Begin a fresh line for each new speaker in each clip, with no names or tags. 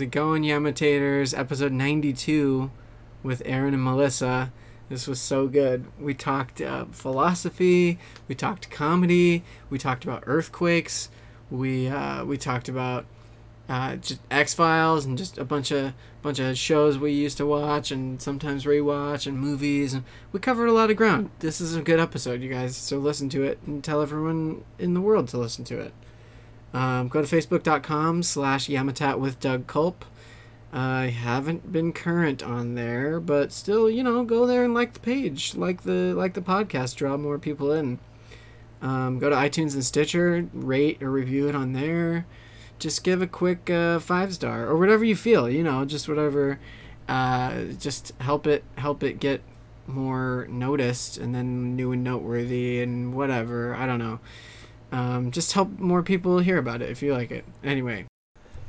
it going, Yamitators? Episode 92 with Aaron and Melissa. This was so good. We talked uh, philosophy, we talked comedy, we talked about earthquakes, we uh, we talked about uh, just X Files and just a bunch of bunch of shows we used to watch and sometimes rewatch and movies and we covered a lot of ground. This is a good episode, you guys. So listen to it and tell everyone in the world to listen to it. Um, go to facebook.com slash yamatat with Doug Culp. I haven't been current on there, but still, you know, go there and like the page, like the like the podcast, draw more people in. Um, go to iTunes and Stitcher, rate or review it on there. Just give a quick uh, five star or whatever you feel, you know, just whatever. Uh, just help it help it get more noticed and then new and noteworthy and whatever. I don't know. Um, just help more people hear about it if you like it. Anyway,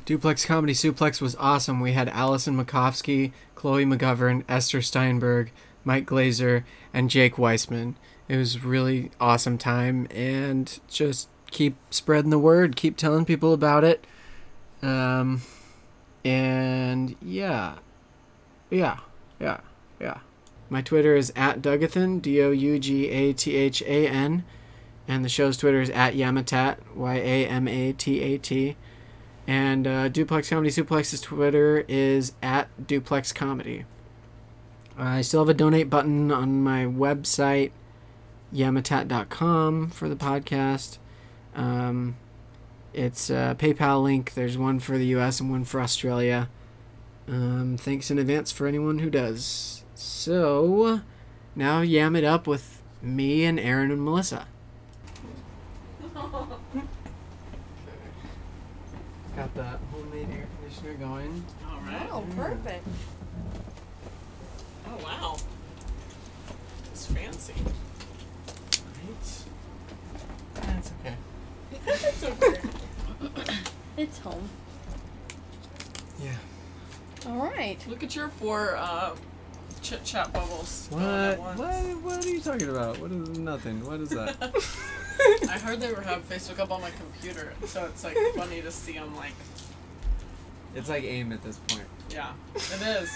Duplex Comedy Suplex was awesome. We had Allison Makovsky, Chloe McGovern, Esther Steinberg, Mike Glazer, and Jake Weissman. It was really awesome time, and just keep spreading the word, keep telling people about it. Um, and yeah, yeah, yeah, yeah. My Twitter is at Dougathan, D O U G A T H A N, and the show's Twitter is at Yamatat, Y A M A T A T. And uh, Duplex Comedy Suplex's Twitter is at Duplex Comedy. I still have a donate button on my website, yamatat.com, for the podcast. Um, it's a PayPal link. There's one for the US and one for Australia. Um, thanks in advance for anyone who does. So, now yam it up with me and Aaron and Melissa. Got the homemade air conditioner going.
All right.
Oh, perfect.
Oh wow. It's fancy.
Right? That's okay.
It's okay.
It's home.
Yeah.
All right.
Look at your four uh, chit chat bubbles. going
What?
at
What?
once.
What are you talking about? What is nothing? What is that?
I heard they were have Facebook up on my computer, so it's like funny to see them like,
it's like aim at this point.
yeah, it is.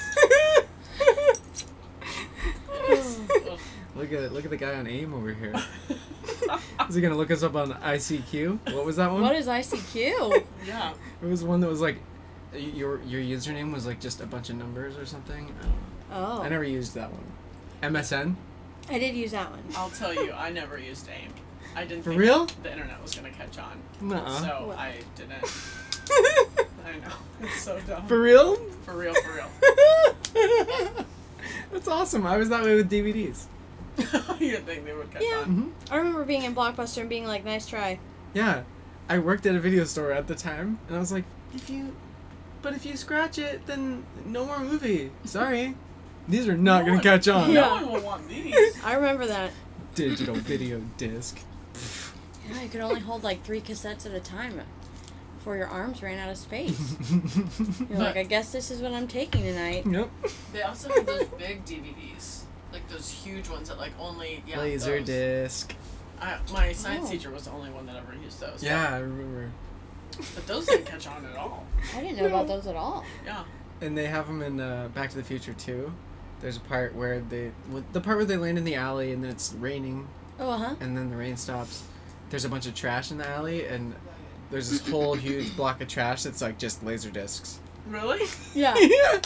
Ugh.
Look at look at the guy on aim over here. Is he gonna look us up on ICQ? What was that one?
What is ICQ?
yeah.
it was one that was like, y- your your username was like just a bunch of numbers or something. I, don't know.
Oh,
I never used that one. MSN.
I did use that one.
I'll tell you, I never used AIM. I didn't
For
think
real? Uh-uh.
the internet was gonna catch on,
Nuh-uh.
so
What?
I didn't. I know it's so dumb.
For real?
for real, for real.
That's awesome. I was that way with DVDs.
You'd think they would catch
Yeah.
on.
I remember being in Blockbuster and being like, "Nice try."
Yeah, I worked at a video store at the time, and I was like, if you, but if you scratch it, then no more movie. Sorry, these are not
No
gonna
one-
catch
No
on.
Yeah.
one will want these.
I remember that.
Digital video disc.
Yeah, you could only hold like three cassettes at a time before your arms ran out of space. You're like, I guess this is what I'm taking tonight.
Yep.
They also had those big DVDs, like those huge ones that like only yeah.
Laser
those.
disc.
I, my science
Oh.
teacher was the only one that ever used those.
Yeah, I remember.
But those didn't catch on at all.
I didn't know about those at all.
Yeah.
And they have them in uh, Back to the Future too. There's a part where they, with- the part where they land in the alley and it's raining,
Oh, uh huh.
and then the rain stops. There's a bunch of trash in the alley, and there's this whole huge block of trash that's like just laser discs.
Really?
Yeah.
Yeah.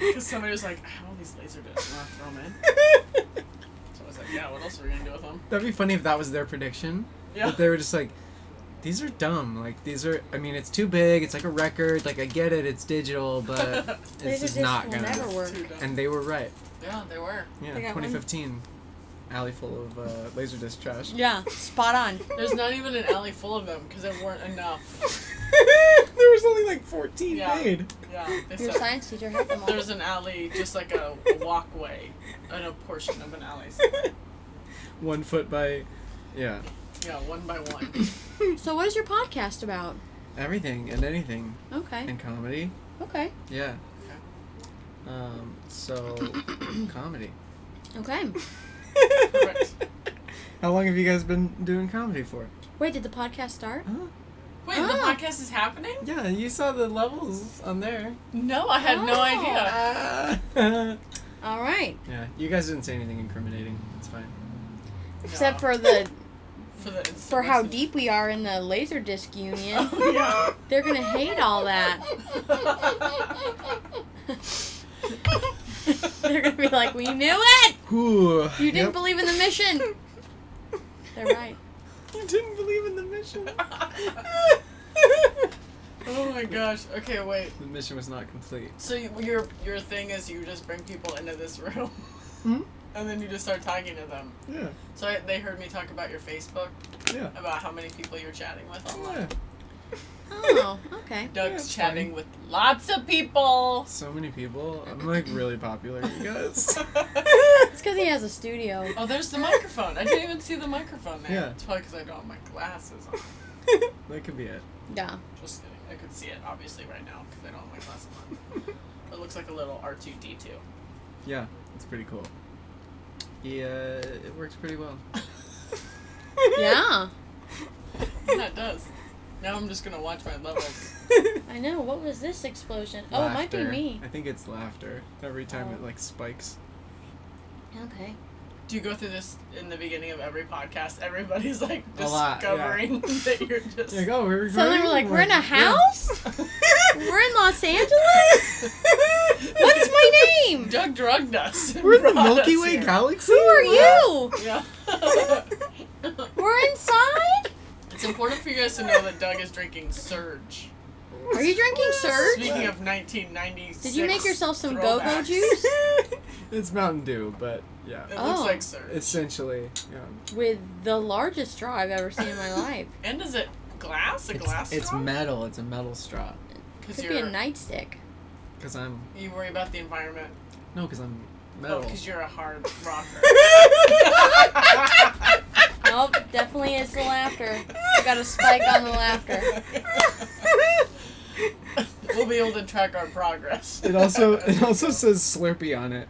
Because somebody was like, I have all these laser discs. I'm throw them in. So I was like, yeah. What else are we gonna do with them?
That'd be funny if that was their prediction.
Yeah.
But they were just like, these are dumb. Like these are. I mean, it's too big. It's like a record. Like I get it. It's digital, but this
Laser
is
disc
not
will
gonna.
never work.
Too dumb.
And they were right.
yeah, they were.
Yeah.
I got one.
2015. Alley full of uh, laserdisc trash.
Yeah. Spot on.
There's not even an alley full of them because there weren't enough.
there was only like 14
Yeah.
made.
Yeah. They
Your
said-
science teacher had them all.
There's an alley, just like a walkway, and a portion of an alley.
One foot by. Yeah.
Yeah, one by one.
So, what is your podcast about?
Everything and anything
Okay.
and comedy.
Okay.
Yeah. Um. So comedy.
Okay.
Correct.
How long have you guys been doing comedy for?
Wait, did the podcast start?
Huh?
Wait, the
Oh.
podcast is happening?
Yeah, you saw the levels on there.
No, I had no
Oh.
idea.
yeah,
All right.
you guys didn't say anything incriminating. It's fine.
Except for the
For, the, it's-
for how
it's-
deep we are in the Laserdisc Union.
Oh, yeah.
They're gonna hate all that. They're gonna be like, "We knew it.
Ooh,
You didn't
yep.
believe in the mission." They're right.
You didn't believe in the mission.
oh my gosh. Okay, wait.
the mission was not complete.
So you, your your thing is you just bring people into this room,
Hmm?
and then you just start talking to them.
Yeah,
So I, they heard me talk about your Facebook,
yeah,
about how many people you're chatting with online.
yeah.
Oh, okay.
Doug's
That's
chatting with lots of people.
So many people. I'm like really popular, you guys.
It's because he has a studio.
oh, there's the microphone. I didn't even see the microphone there.
Yeah.
It's probably because I don't have my glasses on.
that could be it.
Yeah.
Just kidding. I could see it obviously right now because I don't have my glasses on. It looks like a little R2D2.
Yeah, it's pretty cool. Yeah, it works pretty well.
Yeah.
Yeah, it does. Now I'm just gonna watch my levels.
I know. What was this explosion? Oh, it might be
Laughter.
me.
I think it's laughter. Every time
Oh.
it like spikes.
Okay.
Do you go through this in the beginning of every podcast? Everybody's like
A lot,
discovering that you're just.
You're like, oh, we're
So then we're like,
recording?
"We're in a
Yeah.
house. We're in Los Angeles. What's my name?
Doug drugged us. and
We're in the
brought
Milky
us
Way
here.
galaxy.
Who are you?
Yeah.
We're inside.
it's important for you guys to know that Doug is drinking Surge.
Are you drinking Surge?
Speaking of 1996.
Did you make yourself some go-go
throwbacks,
juice
it's Mountain Dew, but yeah,
It
Oh.
looks like Surge.
essentially, yeah.
with the largest straw I've ever seen in my life?
and is it glass? A glass?
it's metal. It's a metal straw.
Because
Could be a
you're.
nightstick.
Cause I'm
You worry about the environment.
no, cause I'm
Oh,
metal.
because you're a hard rocker.
Nope, definitely is the laughter. Got a spike on the laughter.
we'll be able to track our progress.
it also it also says Slurpee on it.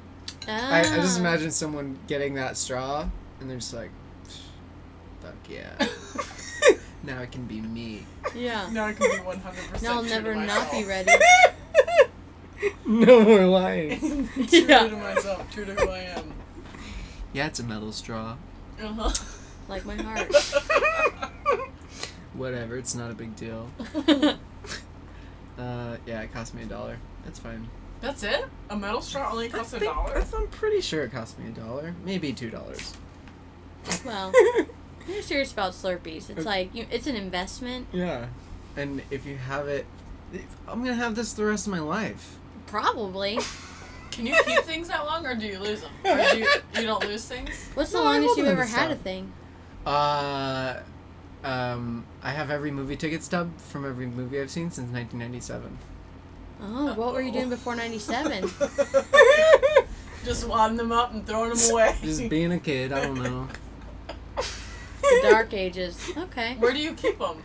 I, I just
Ah.
imagine someone getting that straw and they're just like, fuck yeah, now it can be me.
Ah, Yeah.
now I can be 100%.
No, I'll
true to
never not
myself.
be ready.
No more lying.
true
Yeah.
to myself, true to who I am.
Yeah, it's a metal straw.
Uh-huh.
Like my heart.
Whatever, it's not a big deal. Uh, yeah, it cost me a dollar. That's fine.
That's it? A metal straw only costs a
I think-
dollar?
I'm pretty sure it cost me a dollar, maybe two dollars.
well, you're serious about Slurpees. It's like you, it's an investment,
Yeah, and if you have it, if- I'm gonna have this the rest of my life.
probably.
Can you keep things that long or do you lose them? Or do you, you don't lose things?
What's the
No, I
longest
hold
you've
on
ever
to
had a
some.
thing?
Uh, um, I have every movie ticket stub from every movie I've seen since 1997.
Oh, what were you doing before '97?
Just wadding them up and throwing them away.
Just being a kid, I don't know.
the Dark Ages. Okay.
Where do you keep them?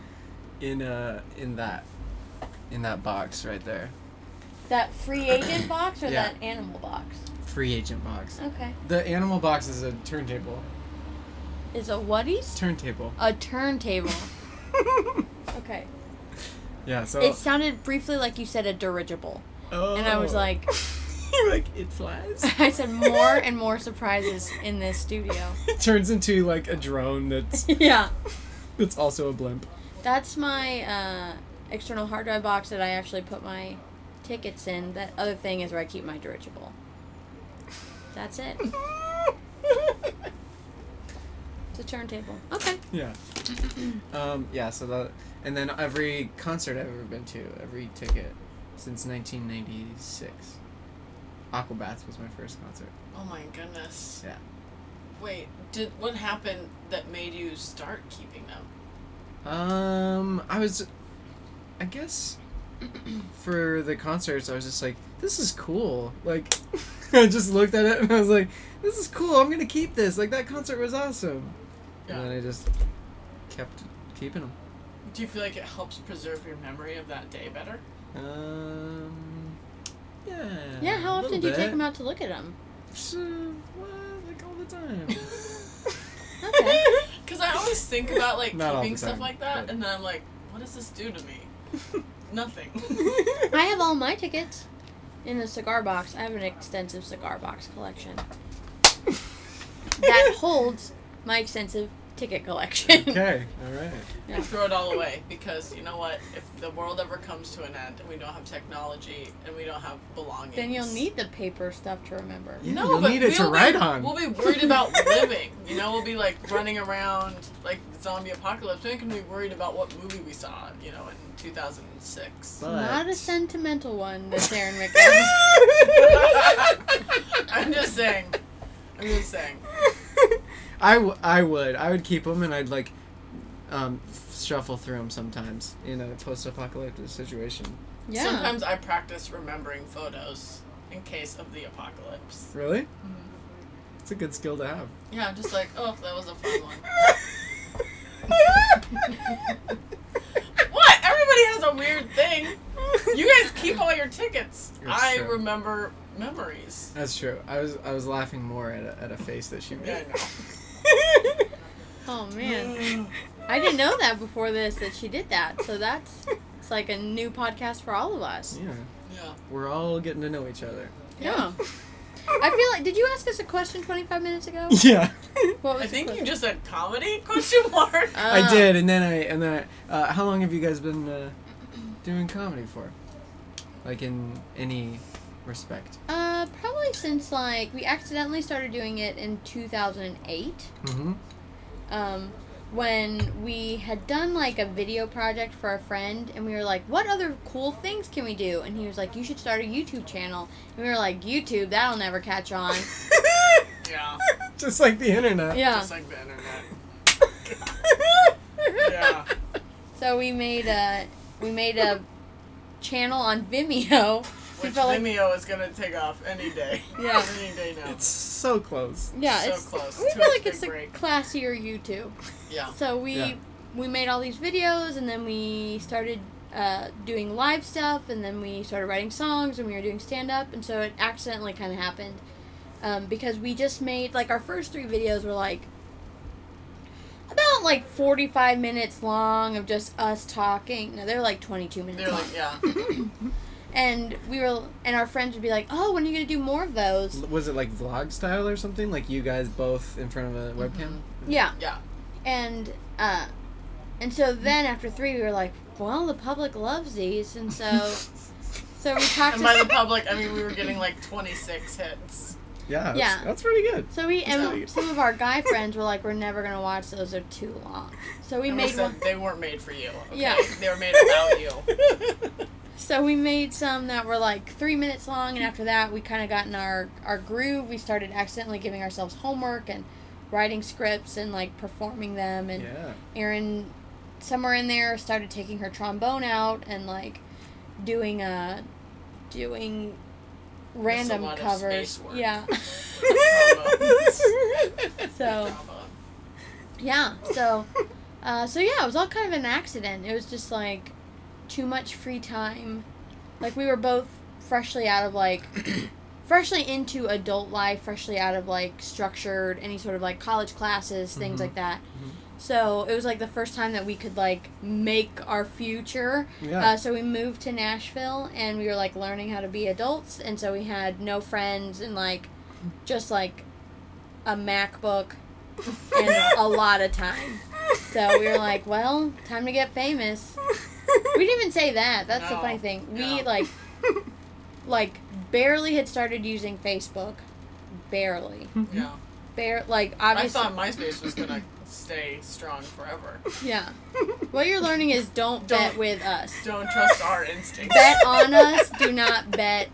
In uh, in that, in that box right there,
That free agent box or
Yeah.
that animal box?
free agent box.
Okay.
The animal box is a turntable.
Is a whaties?
Turntable.
A turntable. Okay.
yeah. So.
It sounded briefly like you said a dirigible, and I was
Oh.
like.
You're like it flies.
I said more and more surprises in this studio.
It turns into like a drone that's
yeah.
that's also a blimp.
That's my uh, external hard drive box that I actually put my tickets in. That other thing is where I keep my dirigible. That's it. It's a turntable. Okay.
yeah. Um, yeah. So that and then every concert I've ever been to, every ticket since 1996. Aquabats was my first concert.
Oh my goodness.
Yeah.
Wait, did what happened that made you start keeping them?
Um, I was, I guess, for the concerts, I was just like, this is cool. Like, I just looked at it and I was like, this is cool. I'm gonna keep this. Like that concert was awesome. And then I just kept keeping them.
Do you feel like it helps preserve your memory of that day better?
Um, yeah.
Yeah, how
a
often
little
do you take
bit.
them out to look at them?
Just, uh, well, like all the time.
Okay.
Because I always think about like
Not all
keeping
the
stuff
time,
like that,
but-
and then I'm like, what does this do to me? Nothing.
I have all my tickets in the cigar box. I have an extensive cigar box collection that holds my extensive ticket collection.
Okay, all right.
I throw it all away because you know what? If the world ever comes to an end and we don't have technology and we don't have belongings,
Then you'll need the paper stuff to remember.
Yeah,
No,
you'll
but
need it to
we'll be-
write on.
We'll be worried about living. You know, we'll be like running around like zombie apocalypse. We can be worried about what movie we saw. You know, in two thousand six.
But-
Not a sentimental one, this Aaron McGowan.
I'm just saying. I'm just saying.
I, w- I would. I would keep them and I'd like um, shuffle through them sometimes in a post apocalyptic situation.
yeah.
Sometimes I practice remembering photos in case of the apocalypse.
Really? It's a good skill to have.
Yeah, I'm just like, oh, that was a fun one. What? Everybody has a weird thing. You guys keep all your tickets.
That's
I
true.
remember memories.
That's true. I was I was laughing more at a, at a face that she
Yeah,
made.
Oh
I
man.
know.
I didn't know that before this that she did that. So that's it's like a new podcast for all of us.
Yeah,
yeah.
we're all getting to know each other.
Yeah. I feel like did you ask us a question 25 minutes ago?
Yeah,
What was
I
the
think you
question?
just said comedy? Question mark.
I
Oh.
did, and then I and then I, uh, how long have you guys been uh, doing comedy for? Like in any respect?
Uh probably since like we accidentally started doing it in 2008.
Mm-hmm.
um, when we had done like a video project for a friend and we were like what other cool things can we do and he was like you should start a youtube channel and we were like youtube that'll never catch on
Yeah.
Just like the internet.
yeah
Just like the internet. Yeah.
so we made a we made a channel on vimeo we
Which
felt like
Vimeo is gonna take off any day.
Yeah.
any day now.
It's so close.
yeah
so
it's
close
we
to
feel
a
like
big
it's a
break.
classier youtube
yeah.
So we
Yeah.
we made all these videos, and then we started uh, doing live stuff, and then we started writing songs, and we were doing stand up, and so it accidentally kind of happened um, because we just made like our first three videos were like about like forty five minutes long of just us talking. No, they're like twenty two minutes
They're
long,
like, yeah.
and we were and our friends would be like, "Oh, when are you gonna do more of those?"
L- Was it like vlog style or something? Like you guys both in front of
Mm-hmm.
a webcam?
Yeah.
Yeah.
and uh, and so then after three we were like well the public loves these and so so we talked
And by the
to
public, I mean we were getting like 26 hits.
Yeah. That's,
Yeah.
That's pretty good.
so we
Sorry.
and some of our guy friends were like we're never gonna watch those they're too long so we
and we
made
said
one
they weren't made for you. Okay?
Yeah.
They were made without you.
so we made some that were like three minutes long and after that we kind of got in our our groove we started accidentally giving ourselves homework and writing scripts and like performing them and
Yeah.
Erin, somewhere in there, started taking her trombone out and like doing uh doing random
lot of
covers.
space work.
Yeah. so
Drama.
yeah. So uh, so yeah, it was all kind of an accident. It was just like too much free time. Like we were both freshly out of like freshly into adult life, freshly out of like structured any sort of like college classes, things
Mhm.
like that.
Mhm.
So it was like the first time that we could like make our future.
Yeah.
Uh, so we moved to Nashville and we were like learning how to be adults, and so we had no friends and like just like a MacBook and a lot of time. So we were like, well, time to get famous. We didn't even say that. That's the
No,
funny thing. We
no.
like like barely had started using Facebook. Barely.
Yeah.
Bare like
I
Mm-hmm. obviously
thought MySpace was gonna stay strong forever.
Yeah. What you're learning is don't, bet
Don't.
with us.
Don't trust our instincts.
Bet on us, do not bet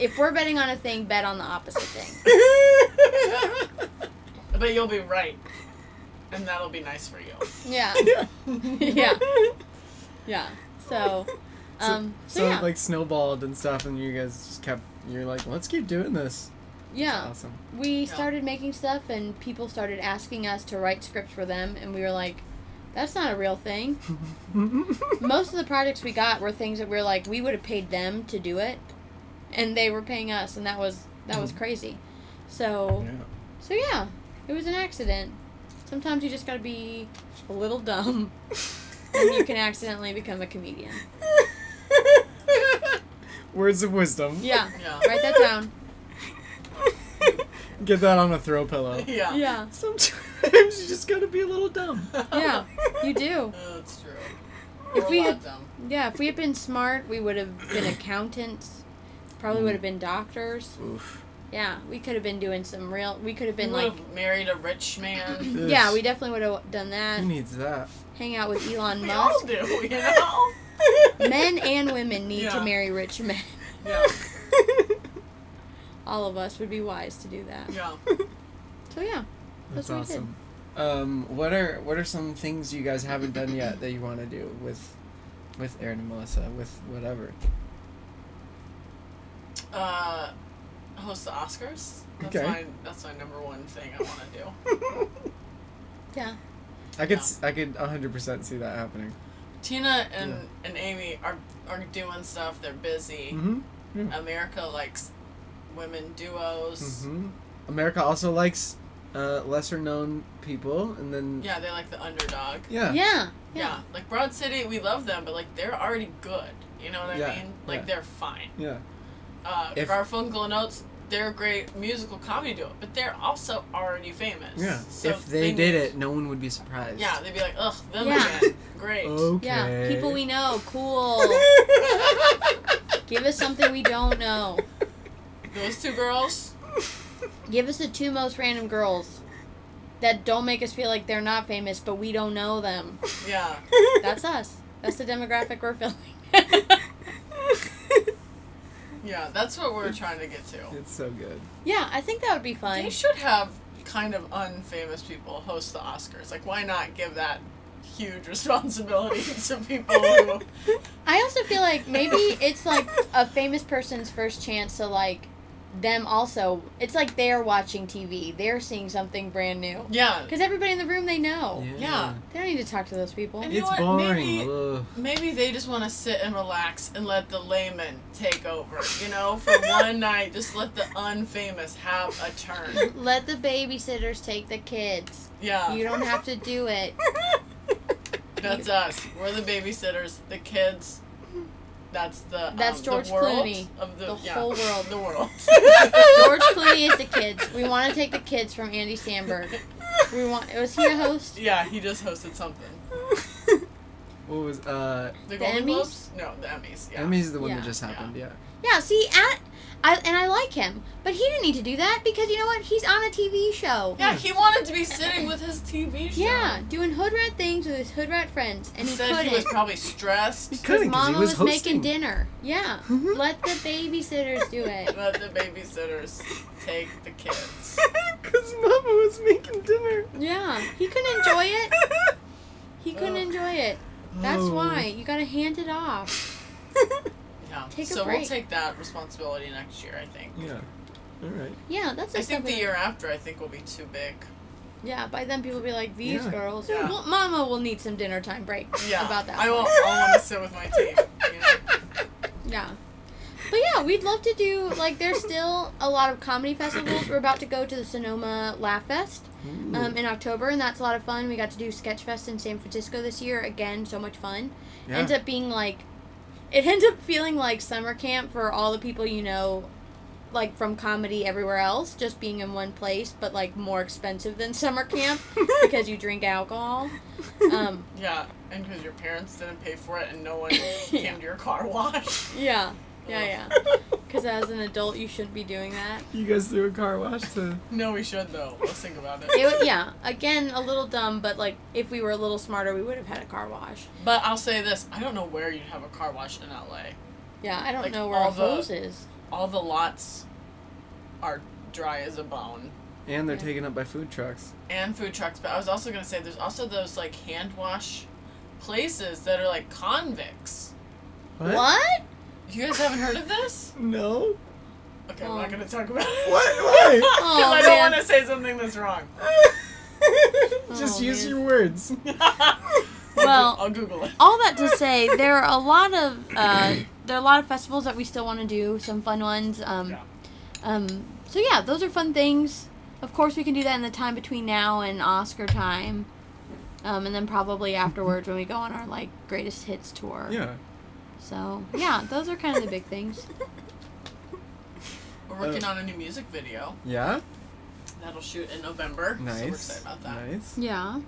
if we're betting on a thing, bet on the opposite thing.
but you'll be right. And that'll be nice for you.
Yeah.
yeah.
Yeah. Yeah. So um so,
So
yeah.
it like snowballed and stuff, and you guys just kept. You're like, let's keep doing this.
yeah.
Awesome.
we started making stuff and people started asking us to write scripts for them and we were like that's not a real thing most of the projects we got were things that we were like we would have paid them to do it and they were paying us and that was that was crazy so
Yeah.
so yeah it was an accident sometimes you just gotta be a little dumb and you can accidentally become a comedian.
Words of wisdom.
Yeah.
Yeah.
Write that down.
Get that on a throw pillow.
Yeah.
Yeah.
Sometimes you just gotta be a little dumb.
Yeah. You do.
Oh, that's true.
If
We're a
we
lot
had-
dumb.
Yeah, if we had been smart, we would have been accountants. Probably would have been doctors.
Oof.
Yeah, we could have been doing some real. We could have been
we
like.
would've married a rich man.
Yeah, we definitely would have done that.
Who needs that?
Hang out with Elon
we all
Musk.
do, you know.
Men and women need to
Yeah.
marry rich men.
Yeah.
All of us would be wise to do that.
Yeah.
So yeah,
That's
That's what we did.
awesome. Um, what are what are some things you guys haven't done yet that you want to do with with Aaron and Melissa with whatever?
Uh, host the Oscars. That's
Okay.
my that's my number one thing I want to do.
yeah.
I could s I I could 100% see that happening.
Tina and and Amy are are doing stuff. They're busy.
Mhm.
Mm-hmm. America likes women duos.
Mhm. America also likes uh, lesser known people and then
Yeah, they like the underdog.
yeah.
Yeah.
Yeah.
Yeah.
like Broad City, we love them, but like they're already good. You know what I
Yeah,
mean? Like
yeah.
they're fine.
Yeah.
Uh,
If-
Garfunkel and Oates, they're a great musical comedy duo, but they're also already famous.
Yeah.
So
if they, did
need-
it, no one would be surprised.
yeah, they'd be like, ugh, them
Yeah.
again. Great.
Okay.
Yeah. People we know. Cool. Give us something we don't know.
Those two girls.
Give us the two most random girls that don't make us feel like they're not famous, but we don't know them.
Yeah.
That's us. That's the demographic we're filling.
Yeah, that's what we're trying to get to.
It's so good.
yeah, I think that would be
They
fun.
should have kind of unfamous people host the Oscars. Like, why not give that huge responsibility to people
Oh,
who.
I also feel like maybe it's like a famous person's first chance to like them also. It's like they're watching TV. They're seeing something brand new.
Yeah.
Because everybody in the room they know.
Yeah.
They don't need to talk to those people.
And you
Oh, It's
know what?
boring.
Maybe-
Ugh.
Maybe they just want to sit and relax and let the layman take over, you know, for one night. Just let the unfamous have a turn.
Let the babysitters take the kids.
Yeah,
You don't have to do it.
that's us. We're the babysitters, the kids. That's the um,
That's George
the world
Clooney.
of the,
The
yeah,
whole world.
the world.
George Clooney is the kids. We want to take the kids from Andy Samberg. We want. Was he a host?
Yeah, he just hosted something.
What was uh
The
The
Golden
Emmys?
Globes? No, the Emmys. Yeah.
Emmy's the one
Yeah.
that just happened, yeah.
Yeah. See, at, I and I like him, but he didn't need to do that because you know what? He's on a TV show.
Yeah, he wanted to be sitting with his TV show.
Yeah, doing hood rat things with his hood rat friends, and he
Said
couldn't.
he was probably stressed.
his mama was, making dinner. Yeah, let the babysitters do it.
Let the babysitters take the kids.
Because mama was making dinner.
Yeah, he couldn't enjoy it. He
Oh.
couldn't enjoy it. That's
Oh.
why you gotta hand it off.
Yeah.
Take a
so we'll
break.
take that responsibility next year, I think.
Yeah. Alright.
Yeah, that's. the
I
stuff
think the
we-
year after, I think will be too big.
Yeah, by then people will be like, these
Yeah.
girls.
Yeah.
Well, Mama will need some dinner time break
Yeah,
about that.
I
one.
will. I want to sit with my team. You know?
Yeah. But yeah, we'd love to do like there's still a lot of comedy festivals. We're about to go to the Sonoma Laugh Fest um, in October, and that's a lot of fun. We got to do Sketch Fest in San Francisco this year. Again, so much fun.
Yeah.
Ends up being like, it ends up feeling like summer camp for all the people you know, like from comedy everywhere else, just being in one place, but like more expensive than summer camp because you drink alcohol. Um,
Yeah, and because your parents didn't pay for it, and no one
Yeah.
came to your car wash.
yeah, yeah, yeah. Because as an adult, you shouldn't be doing that.
You guys threw a car wash to
No, we should though. Let's think about it.
It, wa- yeah, again, a little dumb, but like if we were a little smarter, we would have had a car wash.
But I'll say this: I don't know where you'd have a car wash in LA.
Yeah, I don't
Like,
know where
all
a
the-
hose is.
All the lots are dry as a bone.
And they're
Yeah.
taken up by food trucks.
and food trucks, but I was also gonna say there's also those like hand wash places that are like convicts.
What?
You guys haven't heard of this?
No.
Okay, I'm
Oh.
not gonna talk about it.
What? Why?
'Cause
Oh,
I don't
man.
want to say something that's wrong.
Just
Oh,
use
man.
your words.
Well-
I'll Google it.
All that to say, there are a lot of uh, there are a lot of festivals that we still want to do. Some fun ones. Um,
Yeah.
um, so yeah, those are fun things. Of course, we can do that in the time between now and Oscar time. um, and then probably afterwards when we go on our like greatest hits tour.
Yeah.
So yeah, those are kind of the big things.
We're working on a new music video
Yeah.
that'll shoot in November.
Nice.
So we're excited about that.
Nice.
Yeah,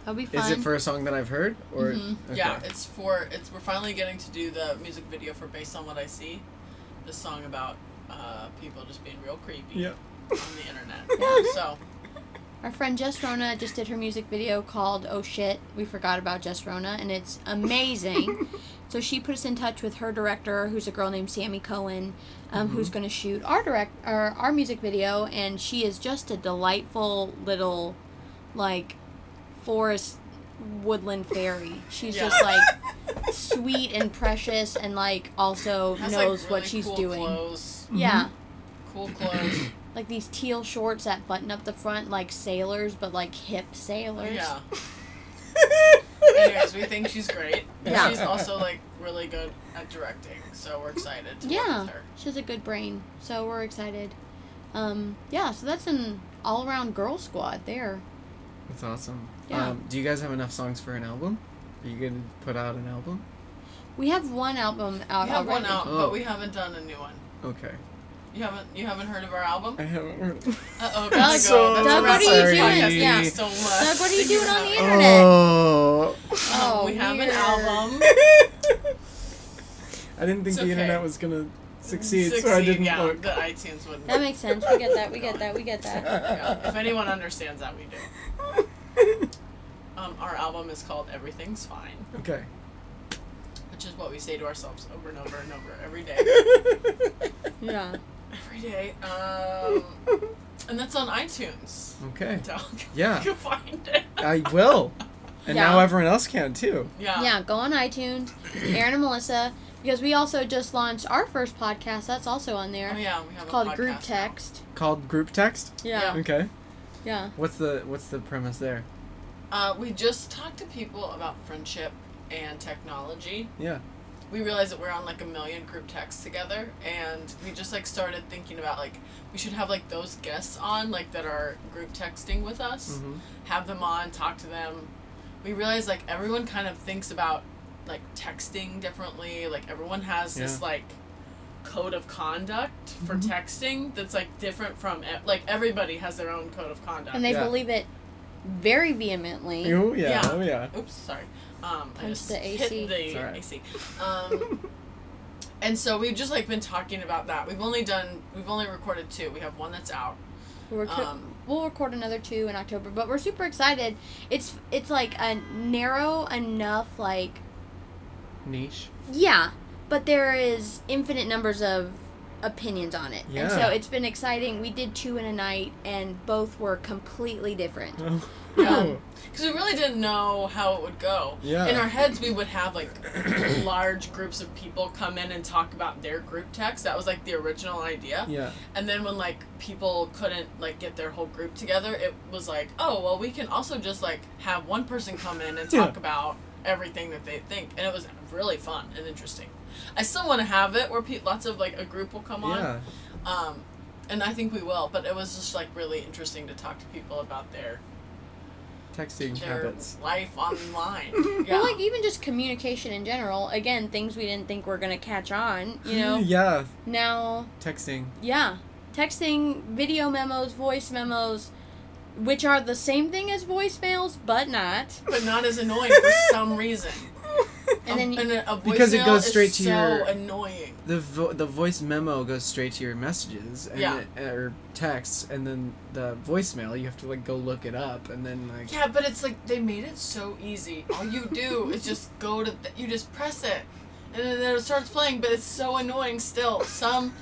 that'll be
Is
fun.
it for a song that I've heard or?
Mhm.
Okay.
Yeah, it's for it's we're finally getting to do the music video for Based on What I See, the song about uh, people just being real creepy
Yeah.
on the internet. so
Our friend Jess Rona just did her music video called "Oh Shit, We Forgot About Jess Rona," and it's amazing. so she put us in touch with her director, who's a girl named Sammy Cohen, um,
Mm-hmm.
who's going to shoot our direct our, our music video, and she is just a delightful little, like, forest woodland fairy. She's
Yeah.
just like sweet and precious, and like also
has, like,
knows what
really
she's
cool
doing.
Clothes, Mm-hmm.
Yeah
cool clothes.
like these teal shorts that button up the front like sailors but like hip sailors
yeah. Anyways, we think she's great. And
Yeah.
She's also like really good at directing, so we're excited to work
Yeah.
with her.
she has a good brain so we're excited um yeah so that's an all-around girl squad there
That's awesome.
Yeah.
Um, do you guys have enough songs for an album? Are you gonna put out an album?
we have one album out
We have
already
one out,
Oh.
but we haven't done a new one.
Okay.
You haven't you haven't heard of our album?
I haven't heard.
Uh oh,
Doug,
So
Doug, what are you
sorry.
doing? Yeah.
So much.
Doug, what are you doing on the
Um,
internet?
Oh.
Oh,
we have an
weird.
album.
I didn't think
It's
the
okay.
internet was gonna succeed, so I didn't
yeah,
look.
The iTunes wouldn't.
That makes sense. We get that. We get that. We get that.
Yeah, if anyone understands that, we do. Um, our album is called Everything's Fine,
okay.
which is what we say to ourselves over and over and over every day.
Yeah.
Every day. Um, and that's on iTunes.
okay.
Doug.
Yeah.
You can find it.
I will. And
Yeah.
now everyone else can too.
Yeah.
Yeah. Go on iTunes, Aaron and Melissa, because we also just launched our first podcast. That's also on there.
Oh yeah, we have
It's
a
called
podcast
Group
now.
Text.
Called group text.
Yeah.
Okay.
Yeah.
What's the what's the premise there?
Uh, we just talked to people about friendship and technology.
Yeah.
we realized that we're on like a million group texts together and we just like started thinking about like we should have like those guests on like that are group texting with us
Mhm.
have them on talk to them we realized like everyone kind of thinks about like texting differently like everyone has this
Yeah. Mm-hmm.
like code of conduct for texting that's like different from e- like everybody has their own code of conduct
And they
Yeah.
believe it very vehemently.
Oh yeah.
Yeah.
Oh yeah.
Oops, sorry. Um, I
Punch
just
the AC.
hit the
It's all right.
AC. Um, and so we've just like been talking about that. We've only done, we've only recorded two. We have one that's out.
We'll, reco-
Um,
we'll record another two in October, but we're super excited. It's it's like a narrow enough like
Niche.
yeah, but there is infinite numbers of opinions on it, and so
Yeah.
it's been exciting. We did two in a night, and both were completely different.
Oh.
Um,
Because we really didn't know how it would go.
Yeah.
In our heads, we would have like large groups of people come in and talk about their group text. That was like the original idea.
yeah.
And then when like people couldn't like get their whole group together, it was like, oh well, we can also just like have one person come in and talk
Yeah.
about everything that they think, and it was really fun and interesting. I still want to have it where pe- lots of like a group will come on,
Yeah.
um, and I think we will. But it was just like really interesting to talk to people about their
Texting
their
habits.
life online.
Well,
yeah,
like even just communication in general. Again, things we didn't think were gonna catch on. You know,
Yeah.
now
Texting.
Yeah. Texting, video memos, voice memos, which are the same thing as voicemails, but not.
but not as annoying for some reason.
And then
a, and a, a
Because it
voicemail
goes
is
straight to
so
your-
annoying.
The vo- the voice memo goes straight to your messages and
Yeah.
it- or texts, and then the voicemail you have to like go look it up, and then like
Yeah, but it's like they made it so easy. All you do is just go to th- you just press it, and then it starts playing. But it's so annoying still. Some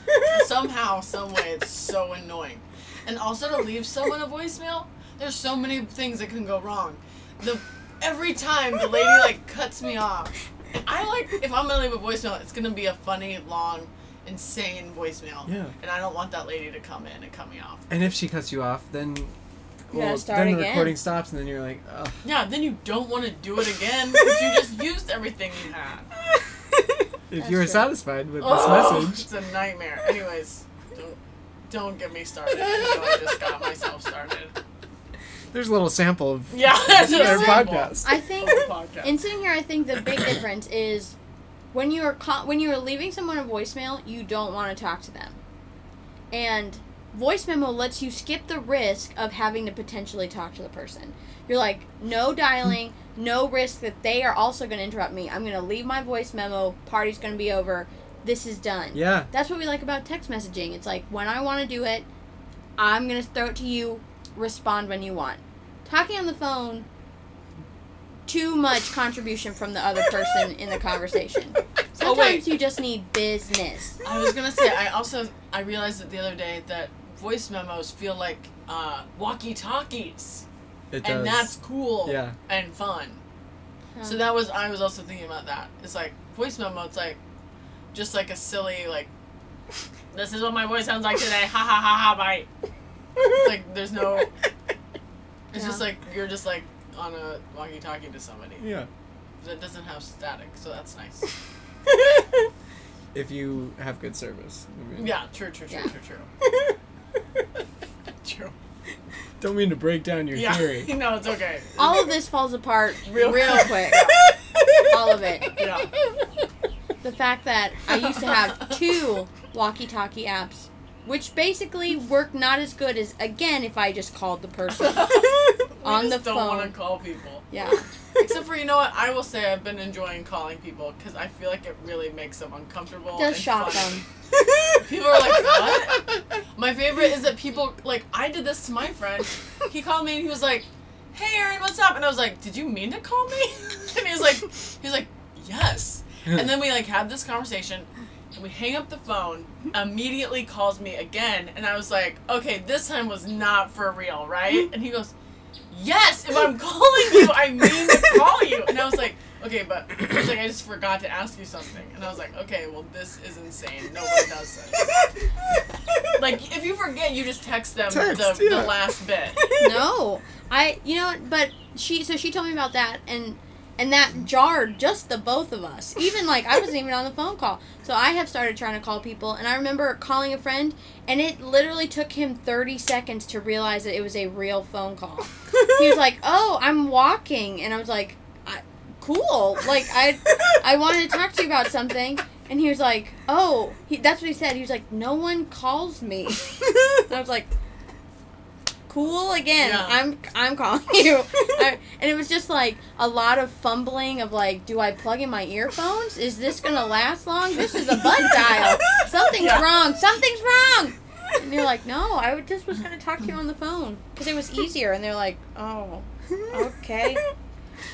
somehow, some way, it's so annoying. And also to leave someone a voicemail, there's so many things that can go wrong. The every time the lady like cuts me off, I like if I'm gonna leave a voicemail, it's gonna be a funny, long, insane voicemail.
Yeah.
And I don't want that lady to come in and cut me off.
and if she cuts you off, then well,
start
then the
again.
recording stops, and then you're like, Ugh.
Yeah, then you don't want to do it again because you just used everything you had.
if you were
true.
satisfied with
Oh,
this message,
It's a nightmare. Anyways, don't, don't get me started. I just got myself started.
There's a little sample of
Yeah, that's
You know
our
a sample.
podcast.
I think
Podcast.
in sitting here, I think the big difference is when you are co- when you are leaving someone a voicemail, you don't want to talk to them, and voice memo lets you skip the risk of having to potentially talk to the person. You're like, no dialing, no risk that they are also going to interrupt me. I'm going to leave my voice memo. Party's going to be over. This is done.
yeah.
That's what we like about text messaging. It's like when I want to do it, I'm gonna throw it to you. Respond when you want. Talking on the phone, too much contribution from the other person in the conversation.
Oh, wait.
Sometimes you just need business.
I was gonna say. I also I realized it the other day that voice memos feel like uh, walkie talkies,
It does.
and that's cool
yeah.
and fun. So
Um,
that was I was also thinking about that. It's like voice memo. It's like just like a silly like. This is what my voice sounds like today. Ha ha ha ha. Bye. It's like there's no. It's just
Yeah.
like you're just like on a walkie-talkie to somebody
Yeah.
that doesn't have static, so that's nice.
if you have good service. I mean,
Yeah, true, true, true,
Yeah.
true, true. True.
Don't mean to break down your
Yeah.
theory.
no, it's okay.
all of this falls apart
Real
real,
quick.
quick. All of it.
Yeah.
The fact that I used to have two walkie-talkie apps, which basically work not as good as again if I just called the person. On
we
the
just don't want
phone.
to call people.
Yeah.
Except for you know what? I will say I've been enjoying calling people because I feel like it really makes them uncomfortable.
It does
and
shock
fun.
them.
People are like, what? My favorite is that people like I did this to my friend. He called me and he was like, "Hey, Aaron, what's up?" And I was like, "Did you mean to call me?" And he was like, he was like, "Yes." And then we like had this conversation, and we hang up the phone. Immediately calls me again, and I was like, "Okay, this time was not for real, right?" And he goes, "Yes, if I'm calling you, I mean to call you." And I was like. Okay, but I was like, I just forgot to ask you something. And I was like, okay, well, this is insane. No one does this. Like, if you forget, you just text them
Text,
the,
yeah.
the last bit.
no i you know what, but she so she told me about that and and that jarred just the both of us even like i wasn't even on the phone call so i have started trying to call people and i remember calling a friend and it literally took him 30 seconds to realize that it was a real phone call he was like oh i'm walking and i was like I, cool like i i wanted to talk to you about something and he was like oh he, that's what he said he was like no one calls me and I was like, "Cool again.
Yeah.
I'm I'm calling you." I- and it was just like a lot of fumbling of like, "Do I plug in my earphones? Is this gonna last long? This is a butt dial. Something's
Yeah.
wrong. Something's wrong." And you're like, "No, I would- just was gonna talk to you on the phone because it was easier." And they're like, "Oh, okay."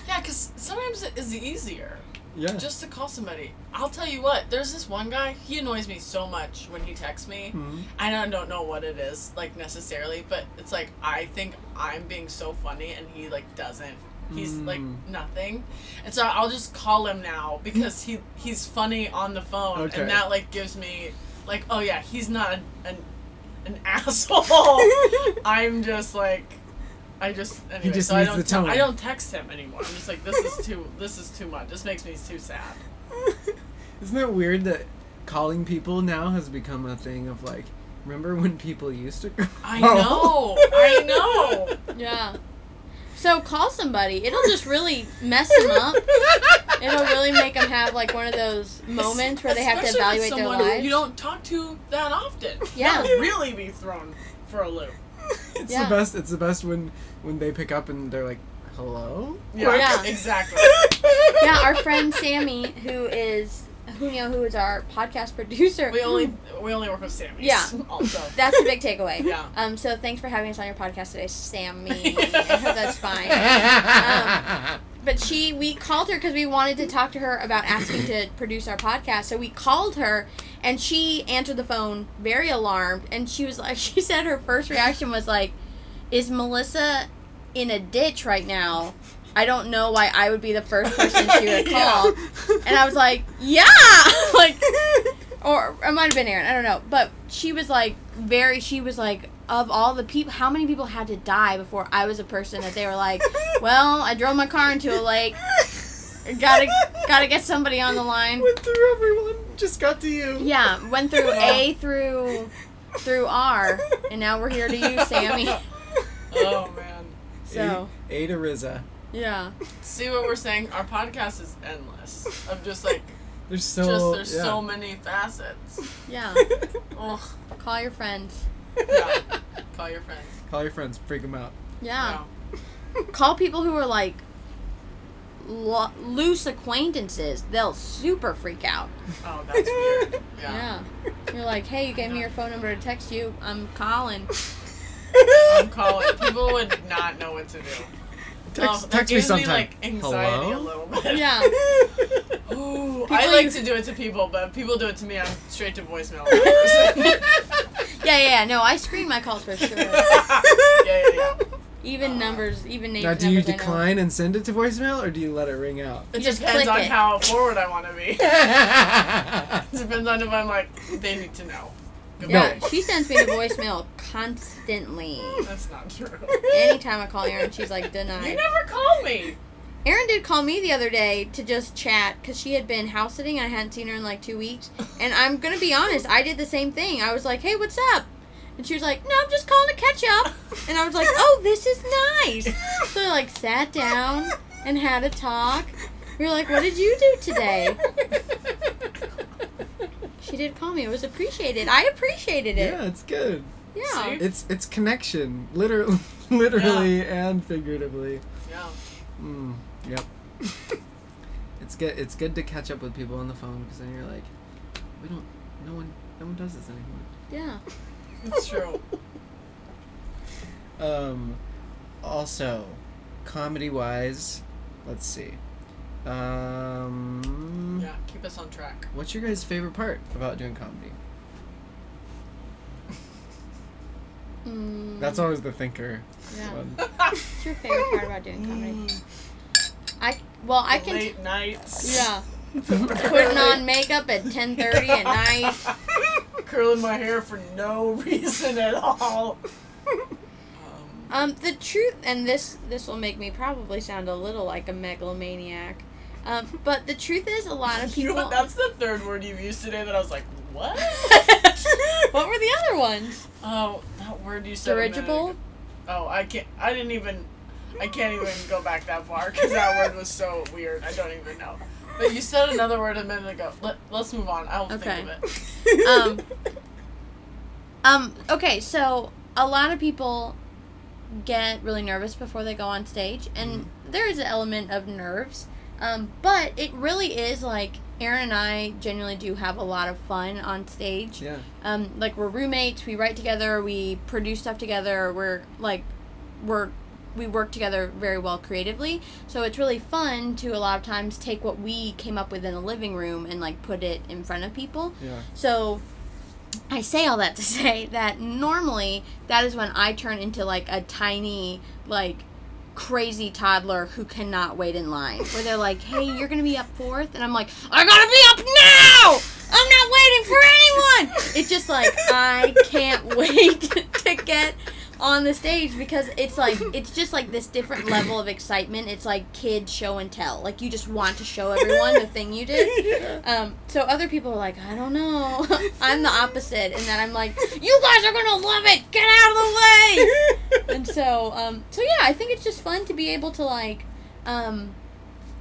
Yeah, because sometimes it is easier
Yeah.
just to call somebody. I'll tell you what, there's this one guy, he annoys me so much when he texts me.
Mhm.
I don't, don't know what it is, like, necessarily, but it's like, I think I'm being so funny and he, like, doesn't. He's like
Mm.
nothing, and so I'll just call him now because he he's funny on the phone,
Okay.
and that like gives me like oh yeah he's not an an, an asshole. I'm just like I just anyway,
just
so I
needs
don't
the
te-
tone.
I don't text him anymore. I'm just like this is too this is too much. This makes me too sad.
Isn't that weird that calling people now has become a thing of like, remember when people used to call?
I know. I know.
Yeah. So call somebody. It'll just really mess them up. It'll really make them have like one of those moments where they have to
Especially with
evaluate their
someone who
lives.
You don't talk to that often.
Yeah.
They'll really be thrown for a loop.
It's
Yeah.
the best. It's the best when when they pick up and they're like, "Hello."
Yeah,
Yeah.
exactly.
yeah, our friend Sammy, who is who you know who is our podcast producer.
We only we only work with Sammy's.
Yeah.
Also.
that's the big takeaway.
Yeah.
Um. So thanks for having us on your podcast today, Sammy. I hope that's fine. But she, we called her because we wanted to talk to her about asking to produce our podcast. So we called her, and she answered the phone very alarmed, and she was like, she said her first reaction was like, "Is Melissa in a ditch right now?" I don't know why I would be the first person she would
Yeah.
call. And I was like, yeah! like, or it might have been Aaron. I don't know. But she was like, very, she was like, of all the people, how many people had to die before I was a person that they were like, well, I drove my car into a lake. Gotta, gotta get somebody on the line.
Went through everyone. Just got to you.
Yeah, went through A through through R, and now we're here to you, Sammy.
Oh man.
So
Ada Riza.
yeah,
See what we're saying? Our podcast is endless. I'm just like,
There's so
just there's
yeah.
so many facets.
yeah.
Ugh.
Call your friends.
Yeah. Call your friends.
Call your friends, freak them out.
Yeah. Call people who are like lo- loose acquaintances. They'll super freak out.
No. Oh, that's weird. Yeah.
Yeah. You're like, hey, you gave me your phone number to text you. I'm calling.
I'm calling. People would not know what to do.
Text,
oh, that
text me
gives
sometime.
me like anxiety
Hello?
a little bit.
Yeah.
Ooh,
People
I like
use-
to do it to people, but if people do it to me, I'm straight to voicemail.
yeah, yeah, yeah. No, I screen my calls for sure.
yeah, yeah.
Even numbers, even names.
Now, do you
numbers I know.
decline and send it to voicemail, or do you let it ring out?
It
just
depends
click
on
it.
how forward I want to be. It
yeah,
depends on if I'm like, they need to know.
Yeah,
Goodbye.
she sends me the voicemail constantly.
That's not true.
Anytime I call Erin, she's like
You
denied.
never call me.
Erin did call me the other day to just chat because she had been house sitting. I hadn't seen her in like two weeks, and I'm gonna be honest, I did the same thing. I was like, "Hey, what's up?" And she was like, "No, I'm just calling to catch up." And I was like, "Oh, this is nice." So I like sat down and had a talk. We were like, "What did you do today?" She did call me. It was appreciated. I appreciated it.
it's good.
Yeah.
See?
It's it's connection, literally, literally and figuratively.
Yeah.
Mm, yep. it's good. It's good to catch up with people on the phone because then you're like, we don't. No one. No one does this anymore.
Yeah.
It's true.
Um, also, comedy wise, let's see. Um,
Yeah, keep us on track.
what's your guys' favorite part about doing comedy?
Mm,
That's always the thinker. Um,
Yeah.
one.
What's your favorite part about doing comedy? I well, I can.
Mm. Late nights.
yeah. Putting on makeup at 10:30 at night.
Curling my hair for no reason at all. Um,
Um, the truth, and this this will make me probably sound a little like a megalomaniac, um, but the truth is, a lot of
you know
people.
what? That's the third word you've used today that I was like, what?
what were the other ones?
Oh, that word you said. a minute
Dirigible.
ago. Oh, I can't. I didn't even. I can't even go back that far because that word was so weird. I don't even know. But you said another word a minute ago. Let, let's move on. I'll
Okay.
think of it.
um, um, okay, so a lot of people get really nervous before they go on stage, and there is an element of nerves, um, but it really is like Aaron and I genuinely do have a lot of fun on stage.
Yeah.
Um, like we're roommates, we write together, we produce stuff together, we're like, we're we work together very well creatively so it's really fun to a lot of times take what we came up with in the living room and like put it in front of people
Yeah.
so I say all that to say that normally that is when I turn into like a tiny, like crazy toddler who cannot wait in line. Where they're like, hey, you're going to be up fourth. And I'm like, I got to be up now. I'm not waiting for anyone. It's just like, I can't wait to get on the stage because it's like it's just like this different level of excitement it's like kid show and tell like you just want to show everyone the thing you did um, so other people are like, I don't know. I'm the opposite, and then I'm like, you guys are gonna love it. Get out of the way. and so, um, so yeah, I think it's just fun to be able to like. Um,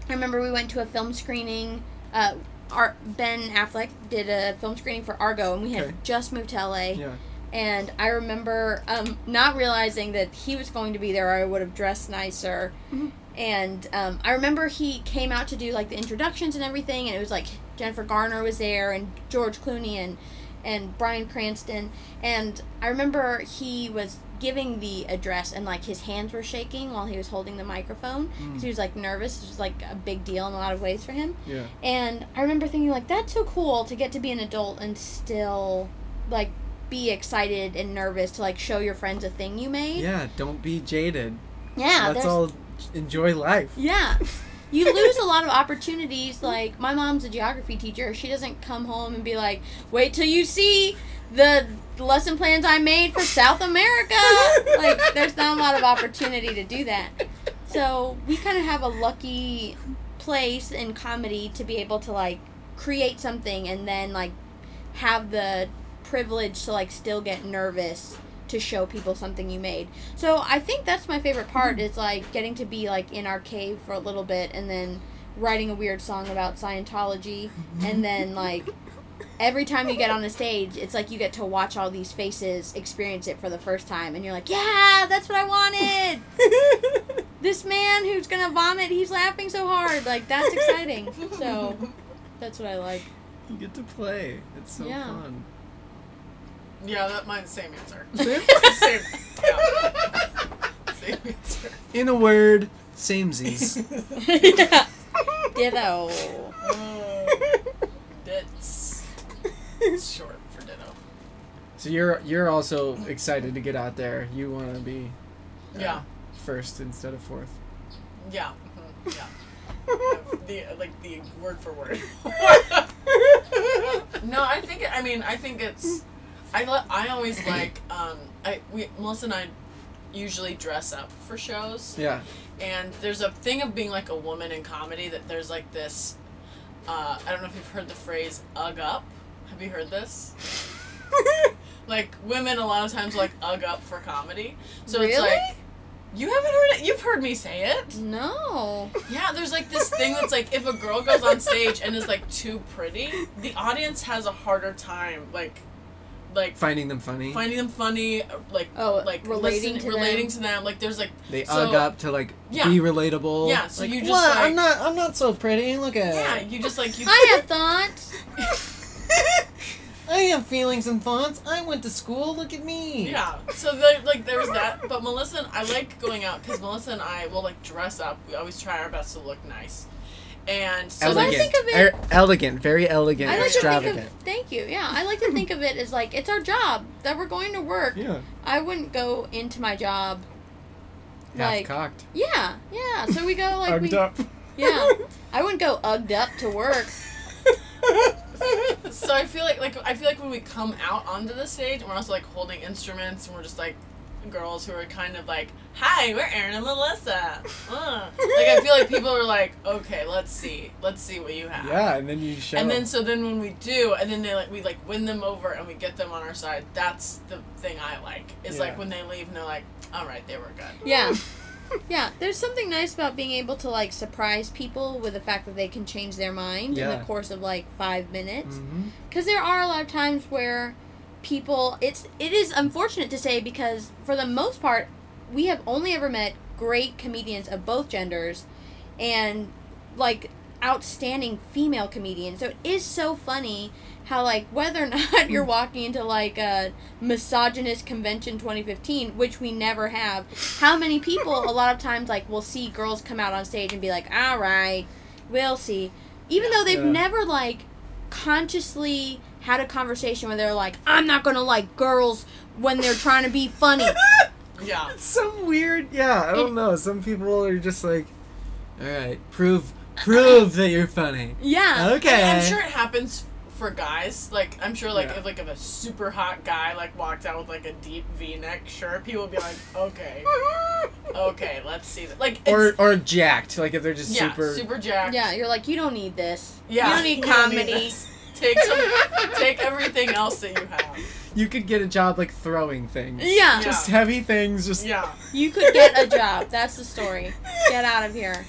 I remember we went to a film screening. Uh, our Ben Affleck did a film screening for Argo, and we had
Okay.
just moved to LA.
Yeah.
And I remember um, not realizing that he was going to be there. I would have dressed nicer. And um, I remember he came out to do like the introductions and everything, and it was like Jennifer Garner was there, and George Clooney, and and Brian Cranston. And I remember he was giving the address, and like his hands were shaking while he was holding the microphone. 'cause he was like nervous. It was like a big deal in a lot of ways for him.
Yeah.
And I remember thinking like that's so cool to get to be an adult and still like be excited and nervous to like show your friends a thing you made.
Yeah. Don't be jaded.
Yeah,
Let's
there's-
all enjoy life.
Yeah. You lose a lot of opportunities. Like my mom's a geography teacher. She doesn't come home and be like, "Wait till you see the lesson plans I made for South America." like there's not a lot of opportunity to do that. So, we kind of have a lucky place in comedy to be able to like create something and then like have the privilege to like still get nervous to show people something you made. So I think that's my favorite part is like getting to be like in our cave for a little bit and then writing a weird song about Scientology and then like every time you get on a stage it's like you get to watch all these faces experience it for the first time and you're like, "Yeah, that's what I wanted." this man who's going to vomit, he's laughing so hard. Like that's exciting. Um, So that's what I like.
You get to play. It's so
Yeah.
fun.
Yeah, that mine's same answer.
Same?
same. Yeah. Same answer.
In a word, samesies.
yeah. Ditto.
Uh, That's short for ditto.
so you're you're also excited to get out there. You want to be uh,
Yeah.
first instead of fourth.
Yeah. mhm, Yeah. the like the word for word. no, I think it, I mean I think it's I lo- I always like um I we Melissa and I usually dress up for shows
Yeah.
and there's a thing of being like a woman in comedy that there's like this uh, I don't know if you've heard the phrase ug up. Have you heard this? like women a lot of times like ug up for comedy. So it's
Really?
like you haven't heard it. You've heard me say it.
No.
Yeah, there's like this thing that's like if a girl goes on stage and is like too pretty, the audience has a harder time like like
Finding them funny.
finding them funny, like
Oh,
like
relating
listen-
to
relating
them.
to them. Like there's like
they
so-
ug up to like
Yeah.
be relatable.
Yeah, so
Like,
you just,
"What?
like-
I'm not I'm not so pretty. Look at
yeah, you just like you
I have thoughts.
I have feelings and thoughts. I went to school. Look at me.
Yeah. So there, like there was that, but Melissa and I like going out because Melissa and I will like dress up. We always try our best to look nice, and so
I
elegant,
that's
think of it-
Er- elegant, very elegant,
I like to think
extravagant.
of thank you. Yeah, I like to think of it as like it's our job that we're going to work.
yeah,
I wouldn't go into my job.
half
Like-
cocked,
Yeah, yeah. So we go like we
up.
yeah. I wouldn't go ugged up to work.
so I feel like like I feel like when we come out onto the stage, we're also like holding instruments, and we're just like girls who are kind of like, "Hi, we're Erin and Melissa." Uh. Like I feel like people are like, "Okay, let's see, let's see what you have."
Yeah, and then you show.
And then so then when we do, and then they like we like win them over and we get them on our side. That's the thing I like. Is
Yeah.
like when they leave and they're like, all right, they were good.
Yeah. Yeah, there's something nice about being able to like surprise people with the fact that they can change their mind in
Yeah.
the course of like 5 minutes.
hmm
because there are a lot of times where people it's it is unfortunate to say because for the most part we have only ever met great comedians of both genders and like outstanding female comedians so it is so funny how like whether or not you're walking into like a misogynist convention 2015 which we never have how many people a lot of times like will see girls come out on stage and be like all right we'll see even though they've
Yeah.
never like consciously had a conversation where they're like, I'm not gonna like girls when they're trying to be funny.
Yeah.
Some weird, yeah, I don't
It-
know. Some people are just like, all right, prove, prove that you're funny.
yeah.
Okay,
And I'm sure it happens for guys. Like I'm sure like
Eh. Yeah.
if like if a super hot guy like walked out with like a deep V-neck shirt, people would be like, okay, okay, let's see that. Like it's,
or or jacked, like if they're just
yeah, super,
super.
jacked.
Yeah, you're like, you don't need this.
Yeah.
You don't need comedy.
this. take some, take everything else that you have.
You could get a job like throwing things.
Yeah.
Just heavy things, just
Yeah.
You could get a job. That's the story. Get out of here.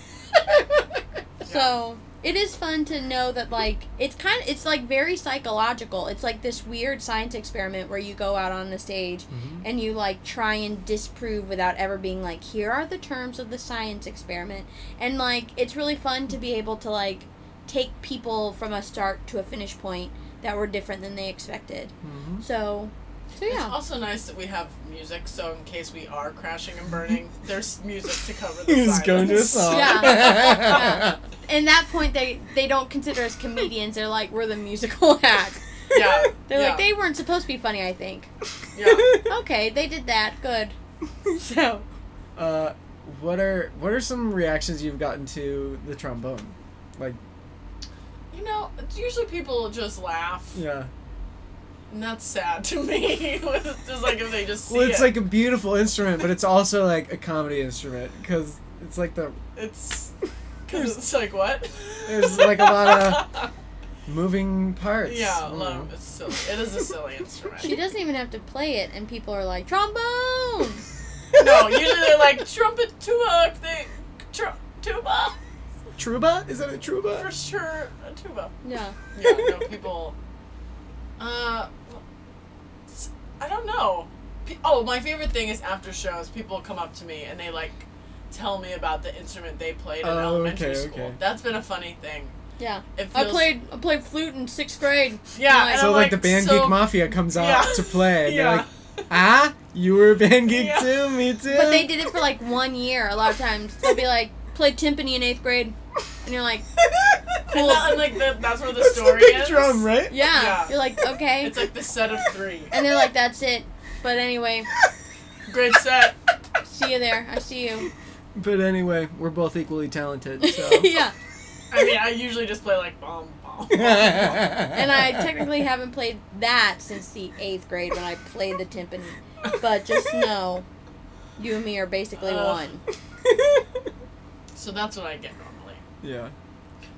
So it is fun to know that like it's kind of it's like very psychological. It's like this weird science experiment where you go out on the stage
Mhm.
and you like try and disprove without ever being like here are the terms of the science experiment. And like it's really fun to be able to like take people from a start to a finish point that were different than they expected.
Mhm.
So so
It's
yeah.
also nice that we have music, so in case we are crashing and burning, there's music to cover the
He was
silence.
going to a song.
Yeah.
Yeah.
And that point they they don't consider us comedians. They're like we're the musical act.
Yeah,
They're
yeah,
like they weren't supposed to be funny, I think.
yeah.
okay, they did that. Good. So,
Uh, what are what are some reactions you've gotten to the trombone? Like,
You know, usually people just laugh,
yeah.
and that's sad to me. It's just like if they just see uh
Well, it's
it.
like a beautiful instrument, but it's also like a comedy instrument because it's like the
it's because it's like what?
There's, like, a lot
of
moving parts. Mm.
yeah,
I don't
love.
know.
It's silly. It is a silly instrument.
She doesn't even have to play it, and people are like, trombone!
no, usually they're like trumpet tuba thing, tr- tuba
Truba? Is that a
for
truba?
sure, a tuba.
No.
Yeah, no people. Uh, s- I don't know. Pe- oh, my favorite thing is after shows, people come up to me and they like tell me about the instrument they played in
Oh,
elementary
okay,
school.
okay.
That's been a funny thing.
Yeah.
It feels,
I played I played flute in sixth grade.
Yeah, and
So
I'm
like, the band
so-
geek mafia comes out
Yeah.
to play. And
Yeah.
They're like, ah, you were a band geek
Yeah.
too, me too.
But they did it for like one year a lot of times. They'll be like, played timpani in eighth grade. And you're like,
and, that, and like the, that's where the
That's
story
the big
is.
drum, right?
yeah.
Yeah.
You're like, okay.
It's like the set of three.
and they're like, that's it. But anyway,
Great set.
see you there. I see you.
But anyway, we're both equally talented, so.
yeah.
I mean, I usually just play like bomb bomb.
And I technically haven't played that since the eighth grade when I played the timpani. But just know, you and me are basically
Uh.
one.
So that's what I get normally.
Yeah.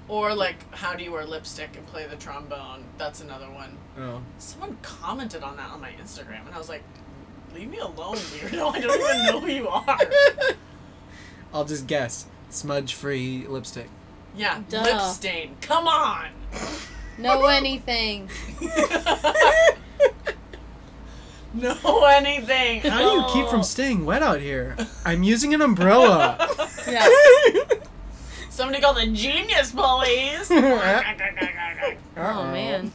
Or like, how do you wear lipstick and play the trombone? That's another one.
Oh.
Someone commented on that on my Instagram, and I was like, "Leave me alone, weirdo! I don't even know who you are."
I'll just guess. Smudge free lipstick.
Yeah,
Duh.
lip stain. Come on.
Know anything.
no anything.
How do you
Oh.
keep from staying wet out here? I'm using an umbrella.
Yeah.
Somebody called the genius police. Mm,
Oh, man.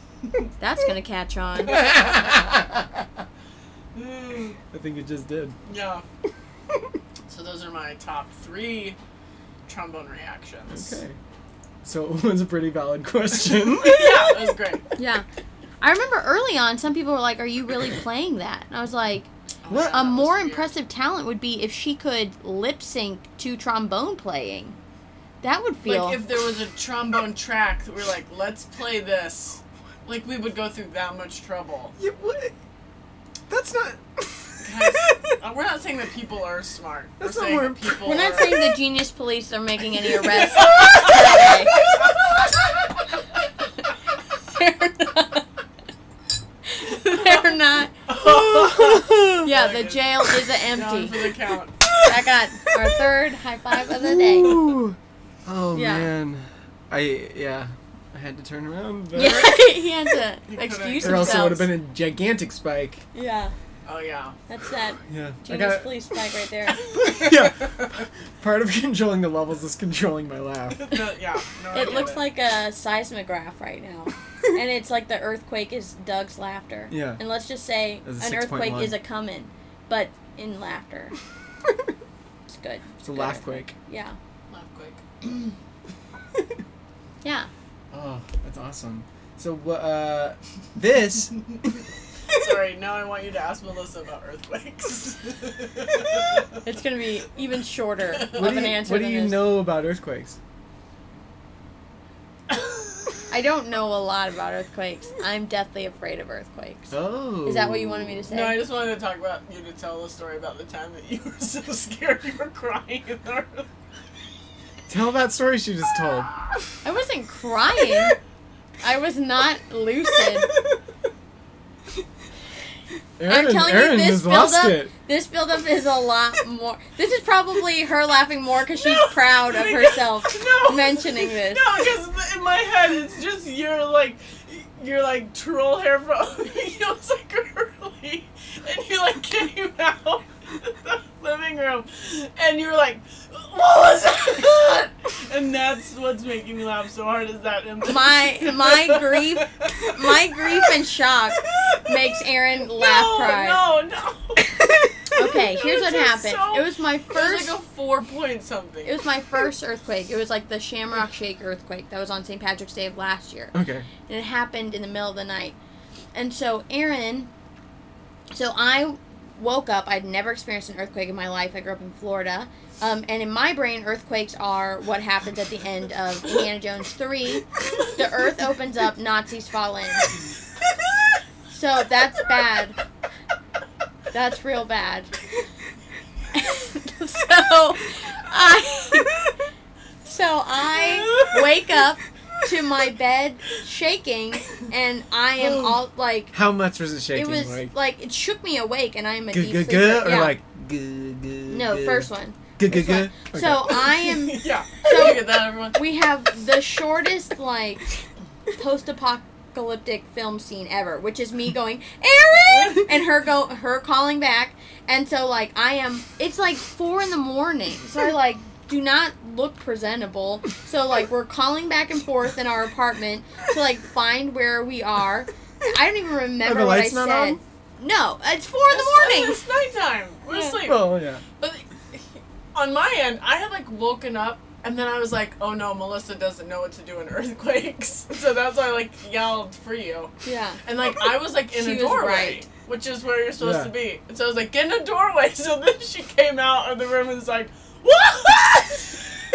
That's going to catch on.
I
Mm,
think it just did.
yeah. So those are my top three trombone reactions. Oh,
Okay. So it was a pretty valid question.
yeah, that was great.
Yeah. I remember early on, some people were like, Are you really playing that? And I was like,
Oh my
What-
God, that
A
was
more
weird.
impressive talent would be if she could lip sync to trombone playing. That would feel.
Like if there was a trombone track that we're like, let's play this. Like we would go through that much trouble.
Yeah, what? That's not.
Guys, uh, we're not saying that people are smart.
That's
we're
not
saying
more
that
impre-
people
We're not
are-
saying the genius police are making any arrests. They're not. They're not. Yeah, the jail is
Down for
empty.
the count.
I got our third high five of the day.
Ooh. Oh
Yeah.
man, I yeah, I had to turn around.
Yeah,
Or
he had
You
to
could've-
excuse
Or
else it would
himself.
have been a gigantic spike.
Yeah,
Oh yeah.
that's that
Yeah. I
genius
got,
police spike right there.
Yeah. part of controlling the levels is controlling my laugh.
No, yeah. No, I
It
get
looks like a seismograph right now. and it's like the earthquake is Doug's laughter.
Yeah.
And let's just say
That's a
an earthquake
6.1.
is a coming, but in laughter. It's good.
It's a laugh quake.
Yeah.
Laugh quick.
Yeah.
Oh, that's awesome. So wha- uh, this
Sorry. Now I want you to ask Melissa about earthquakes.
It's going to be even shorter
What
What
of
do
an
you,
answer
what do
than
you
this.
know about earthquakes?
I don't know a lot about earthquakes. I'm deathly afraid of earthquakes.
Oh.
Is that what you wanted me to say?
No, I just wanted to talk about you to tell the story about the time that you were so scared you were crying in the earthquake.
Tell that story she just told.
I wasn't crying. I was not lucid.
Aaron,
telling you,
Aaron
this
has lost
buildup-
it.
This buildup is a lot more. This is probably her laughing more because she's
No,
proud of
because-
herself
no,
mentioning this.
No, because in my head it's just your like, your like troll hair from you know it's like curly, and you like came out the living room, and you're like, what was that? And that's what's making me laugh so hard is that image.
My- my grief- My grief and shock makes Aaron laugh
no,
cry.
No, no.
Okay,
It was
here's what
just
happened.
so-
it was my
it was
first.
like a four point something.
it was my first earthquake. It was like the Shamrock Shake earthquake that was on St. Patrick's Day of last year.
Okay.
and it happened in the middle of the night. And so Aaron, so I woke up. I'd never experienced an earthquake in my life. I grew up in Florida, um, and in my brain, earthquakes are what happens at the end of Indiana Jones three. The Earth opens up, Nazis fall in. So that's bad. That's real bad. so I, so I wake up to my bed shaking, and I am all like,
How much was it shaking?
it was
like
like, it shook me awake, and I'm a
good,
deep
good,
sleeper.
good, or
yeah.
like good, good.
no, first one.
Good, good, good.
first one. So I am.
yeah.
So-
Look at that, everyone.
We have the shortest like post-apocalyptic film scene ever, which is me going Aaron and her go her calling back, and so like I am. It's like four in the morning, so I like do not look presentable. So like we're calling back and forth in our apartment to like find where we are. I don't even remember
the
what I
lights not
said.
on?
No, it's four in the morning.
It's, it's nighttime. We're
Yeah.
asleep.
Well, Oh, yeah.
But on my end, I had like woken up and then I was like, oh no, Melissa doesn't know what to do in earthquakes. So that's why I like yelled for you.
Yeah.
And like I was like in
She
a
was
doorway.
right.
Which is where you're supposed
Yeah.
to be. And so I was like, get in a doorway. So then she came out of the room and was like, What?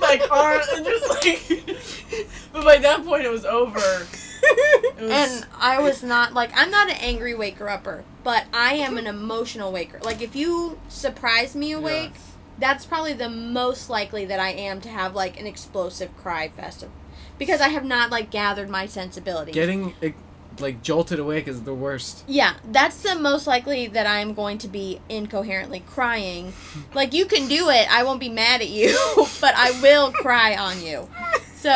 like our and just like But by that point it was over. It was,
And I was not like I'm not an angry waker upper, but I am an emotional waker. Like if you surprise me awake, that's probably the most likely that I am to have like an explosive cry fest of because I have not like gathered my sensibilities.
Getting eh, like jolted awake is the worst.
yeah, that's the most likely that I'm going to be incoherently crying. Like you can do it, I won't be mad at you, but I will cry on you. So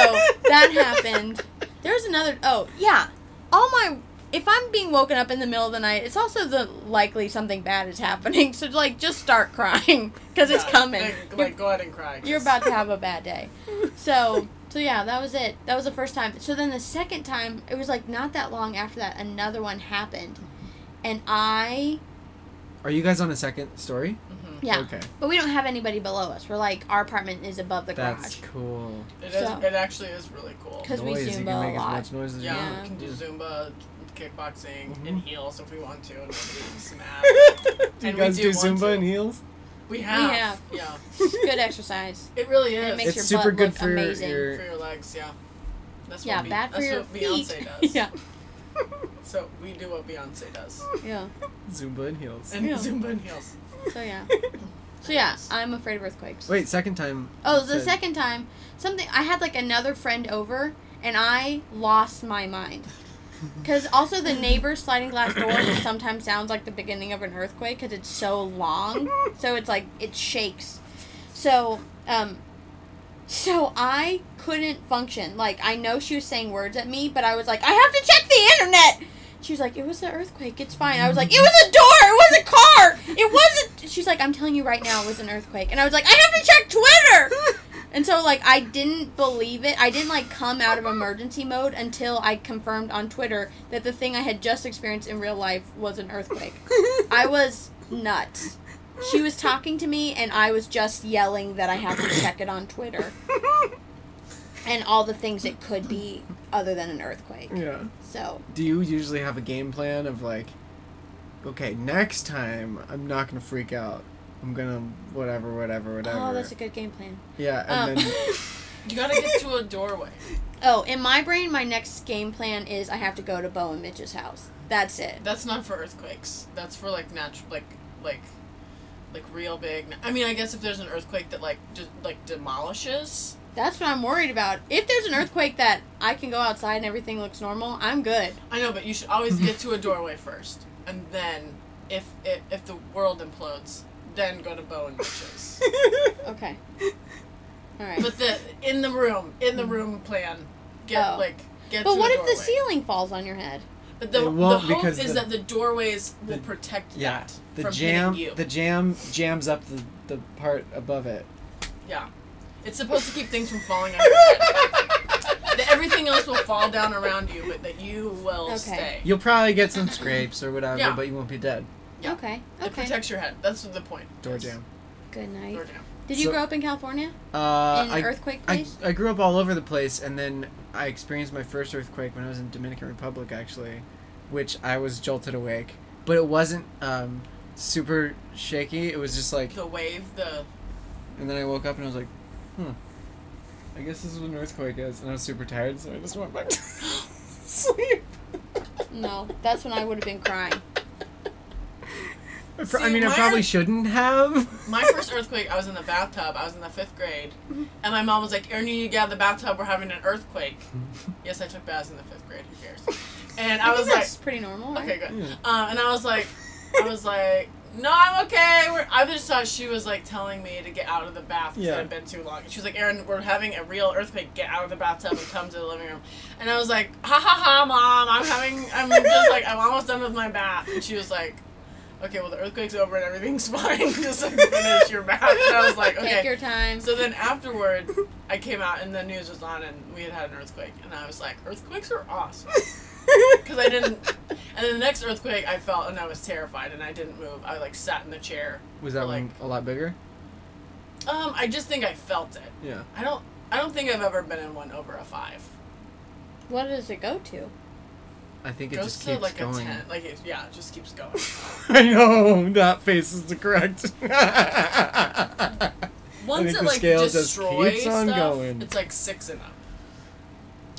that happened. There's another. Oh yeah, all my. If I'm being woken up in the middle of the night, it's also the likely something bad is happening. So like, just start crying because it's
yeah,
coming.
Like,
You're,
like go ahead and cry. Mm-hmm.
you're about to have a bad day. So so yeah, that was it. That was the first time. So then the second time, it was like not that long after that, another one happened, and I
Are you guys on a second story?
yeah.
Okay.
But we don't have anybody below us. We're like our apartment is above the
That's
garage
cool.
It is.
So-
It actually is really cool.
because we
Noise, you
Zumba
can
a
make
lot.
as much noise as
Yeah,
you
Yeah.
we can do Zumba, kickboxing,
Mhm.
and heels if we want to, and nobody's mad.
want. do you
And we
guys
do
do
want
Zumba
to.
in heels?
We have.
have.
Yeah.
Good exercise.
It really
And
is.
it makes
It's
your
super
butt
good
look
for
amazing.
your-
for your legs, yeah. That's
yeah,
what Be-
bad for
that's
your
what
feet.
Beyonce does.
yeah,
So we do what Beyonce does.
yeah.
Zumba in heels.
And
Yeah.
Zumba and heels.
So yeah. So yeah, I'm afraid of earthquakes.
Wait, second time.
Oh, the
Good.
second time, something I had like another friend over, and I lost my mind. Because also the neighbor's sliding glass door sometimes sounds like the beginning of an earthquake because it's so long, so it's like it shakes. So, um, so I couldn't function. Like I know she was saying words at me, but I was like, I have to check the internet. She was like, it was an earthquake. It's fine. I was like, it was a door. It was a car. It wasn't. She's like, I'm telling you right now, it was an earthquake. And I was like, I have to check Twitter. And so, like, I didn't believe it. I didn't, like, come out of emergency mode until I confirmed on Twitter that the thing I had just experienced in real life was an earthquake. I was nuts. She was talking to me, and I was just yelling that I have to check it on Twitter and all the things it could be other than an earthquake.
Yeah.
So,
Do you usually have a game plan of like, okay, next time I'm not gonna freak out. I'm gonna whatever, whatever, whatever.
oh, that's a good game plan.
yeah, and
um,
then
You gotta get to a doorway.
Oh, in my brain, my next game plan is I have to go to Bo and Mitch's house. That's it.
That's not for earthquakes. That's for like natural, like like like real big. I mean, I guess if there's an earthquake that like just like demolishes.
That's what I'm worried about. If there's an earthquake that I can go outside and everything looks normal, I'm good.
I know, but you should always get to a doorway first, and then if if, if the world implodes, then go to bow and Mitch's.
Oh. Okay. All right. But,
but the in the room, in the room plan, get
Mm-hmm. Oh.
like get. to
what
a
if
doorway.
the ceiling falls on your head?
But the,
It won't
the hope
because
is
the-
that the doorways will
the-
protect
yeah,
that
the
from
jam,
hitting you.
the jam jams up the the part above it.
yeah, it's supposed to keep things from falling. on your head. that everything else will fall down around you, but that you will
Okay.
stay.
You'll probably get some scrapes or whatever,
Yeah.
but you won't be dead.
Yeah.
Okay.
It
Okay.
protects your head. That's the point.
Door
Yes.
jam.
Good night.
Door jam.
Did you
So-
grow up in California
Uh,
in
I,
an earthquake
I,
place?
I grew up all over the place, and then I experienced my first earthquake when I was in Dominican Republic, actually, which I was jolted awake. But it wasn't um, super shaky. It was just like,
The wave. The
and then I woke up and I was like, hmm, I guess this is what an earthquake is. And I was super tired, so I just went back to sleep.
no, that's when I would have been crying.
pr- I
See,
mean, I
my-
probably shouldn't have.
My first earthquake, I was in the bathtub. I was in the fifth grade, and my mom was like, "Erin, you need to get out of the bathtub. We're having an earthquake." yes, I took baths in the fifth grade. Who cares? And I,
think
was like,
that's pretty normal. Right?
"Okay, good."
Yeah.
Um, and I was like, I was like, "No, I'm okay." We're, I just thought she was like telling me to get out of the bath because
Yeah.
it had been too long. She was like, "Erin, we're having a real earthquake. Get out of the bathtub and come to the living room." And I was like, "Ha ha ha, mom! I'm having. I'm just like I'm almost done with my bath." And she was like. Okay, well the earthquake's over and everything's fine. Just like finish your bath. And I was like, okay.
Take your time.
So then afterward, I came out and the news was on and we had had an earthquake and I was like, earthquakes are awesome because I didn't. And then the next earthquake, I felt and I was terrified and I didn't move. I like sat in the chair.
Was that
Like-
one a lot bigger?
Um, I just think I felt it.
Yeah.
I don't. I don't think I've ever been in one over a five.
What does it go to?
I think it
It goes
just
to
keeps
like
going.
a ten. Like it, yeah, it just keeps going.
I know that face is the correct. yeah,
Once
think
it
the
like
scale just
destroys
keeps on
stuff,
going.
it's like six and up.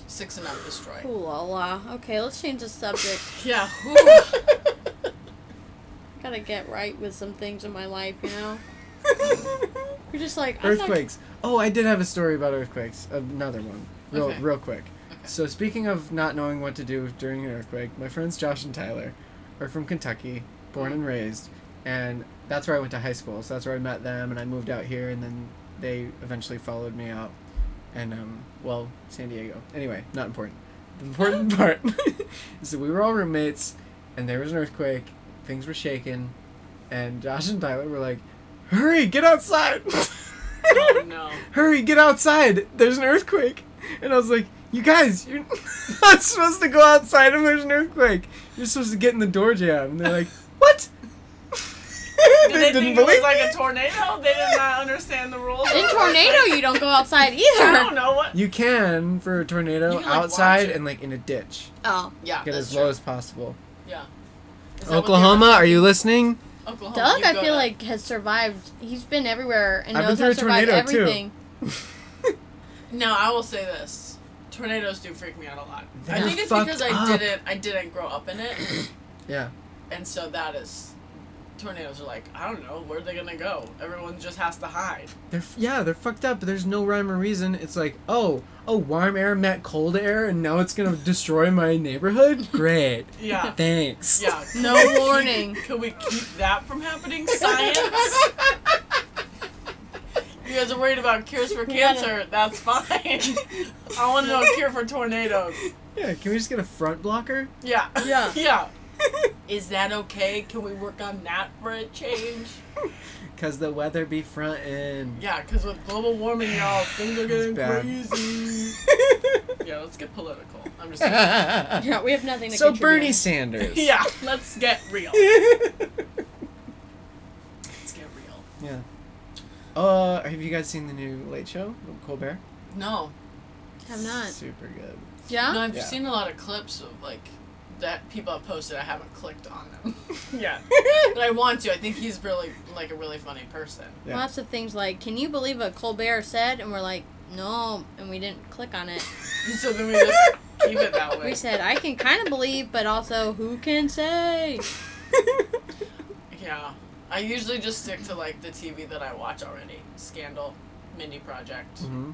Six and up destroy.
Ooh la la. Okay, let's change the subject.
Yeah. whew.
Gotta get right with some things in my life, you know. You're just like I'm not-
earthquakes. Oh, I did have a story about earthquakes. Another one, real,
Okay.
real quick.
Okay.
So speaking of not knowing what to do during an earthquake, my friends Josh and Tyler are from Kentucky, born and raised, and that's where I went to high school. So that's where I met them, and I moved out here, and then they eventually followed me out, and um, well, San Diego. Anyway, not important. The important part is that we were all roommates, and there was an earthquake. Things were shaking, and Josh and Tyler were like, "Hurry, get outside!"
oh no.
hurry, get outside. There's an earthquake. And I was like, you guys, you're not supposed to go outside if there's an earthquake. You're supposed to get in the door jam. And they're like, what?
Did they, think it was like a tornado? They did not understand the rules.
In tornado, you don't go outside either.
I don't know what.
you can for a tornado
You can, like, watch
outside
it.
and like in a ditch.
Oh,
Yeah,
Get
that's
as
true.
low as possible.
Yeah. Is that what they were-
Oklahoma, are you listening?
Oklahoma.
Doug,
you
I
go
feel
to-
like has survived. He's been everywhere and
I've been
knows how
through
to
a
survive
tornado, too.
everything.
No, I will say this: tornadoes do freak me out a lot. I
They're
think it's
fucked
because
up.
I didn't, I didn't grow up in it,
Yeah.
and so that is. Tornadoes are like I don't know where they're gonna go. Everyone just has to hide.
They're f- yeah, they're fucked up. but There's no rhyme or reason. It's like, oh, oh, warm air met cold air, and now it's gonna destroy my neighborhood. Great,
Yeah,
thanks.
yeah.
No
Could we keep-
warning.
Could we keep that from happening, science? you guys are worried about cures for cancer. That's fine. I want to know a cure for tornadoes.
Yeah, can we just get a front blocker?
Yeah.
Yeah.
yeah. Is that okay? Can we work on that for a change?
Cause the weather be frontin'.
Yeah, because with global warming, y'all, things are getting
bad.
crazy. yeah, let's get political. I'm just
Yeah, we have nothing to
so
contribute.
Bernie Sanders.
Yeah, let's get real. Let's get real.
yeah. Uh, have you guys seen the new Late Show with Colbert?
No.
Have not.
Super good.
Yeah.
No, I've
Yeah.
seen a lot of clips of, like, that people have posted. I haven't clicked on them. yeah. But I want to. I think he's really, like, a really funny person.
Yeah.
Lots of things like, can you believe what Colbert said? And we're like, no, and we didn't click on it.
So then we just keep it that way.
We said, I can kind of believe, but also, who can say?
Yeah. I usually just stick to like the TV that I watch already. Scandal, Mindy Project.
hmm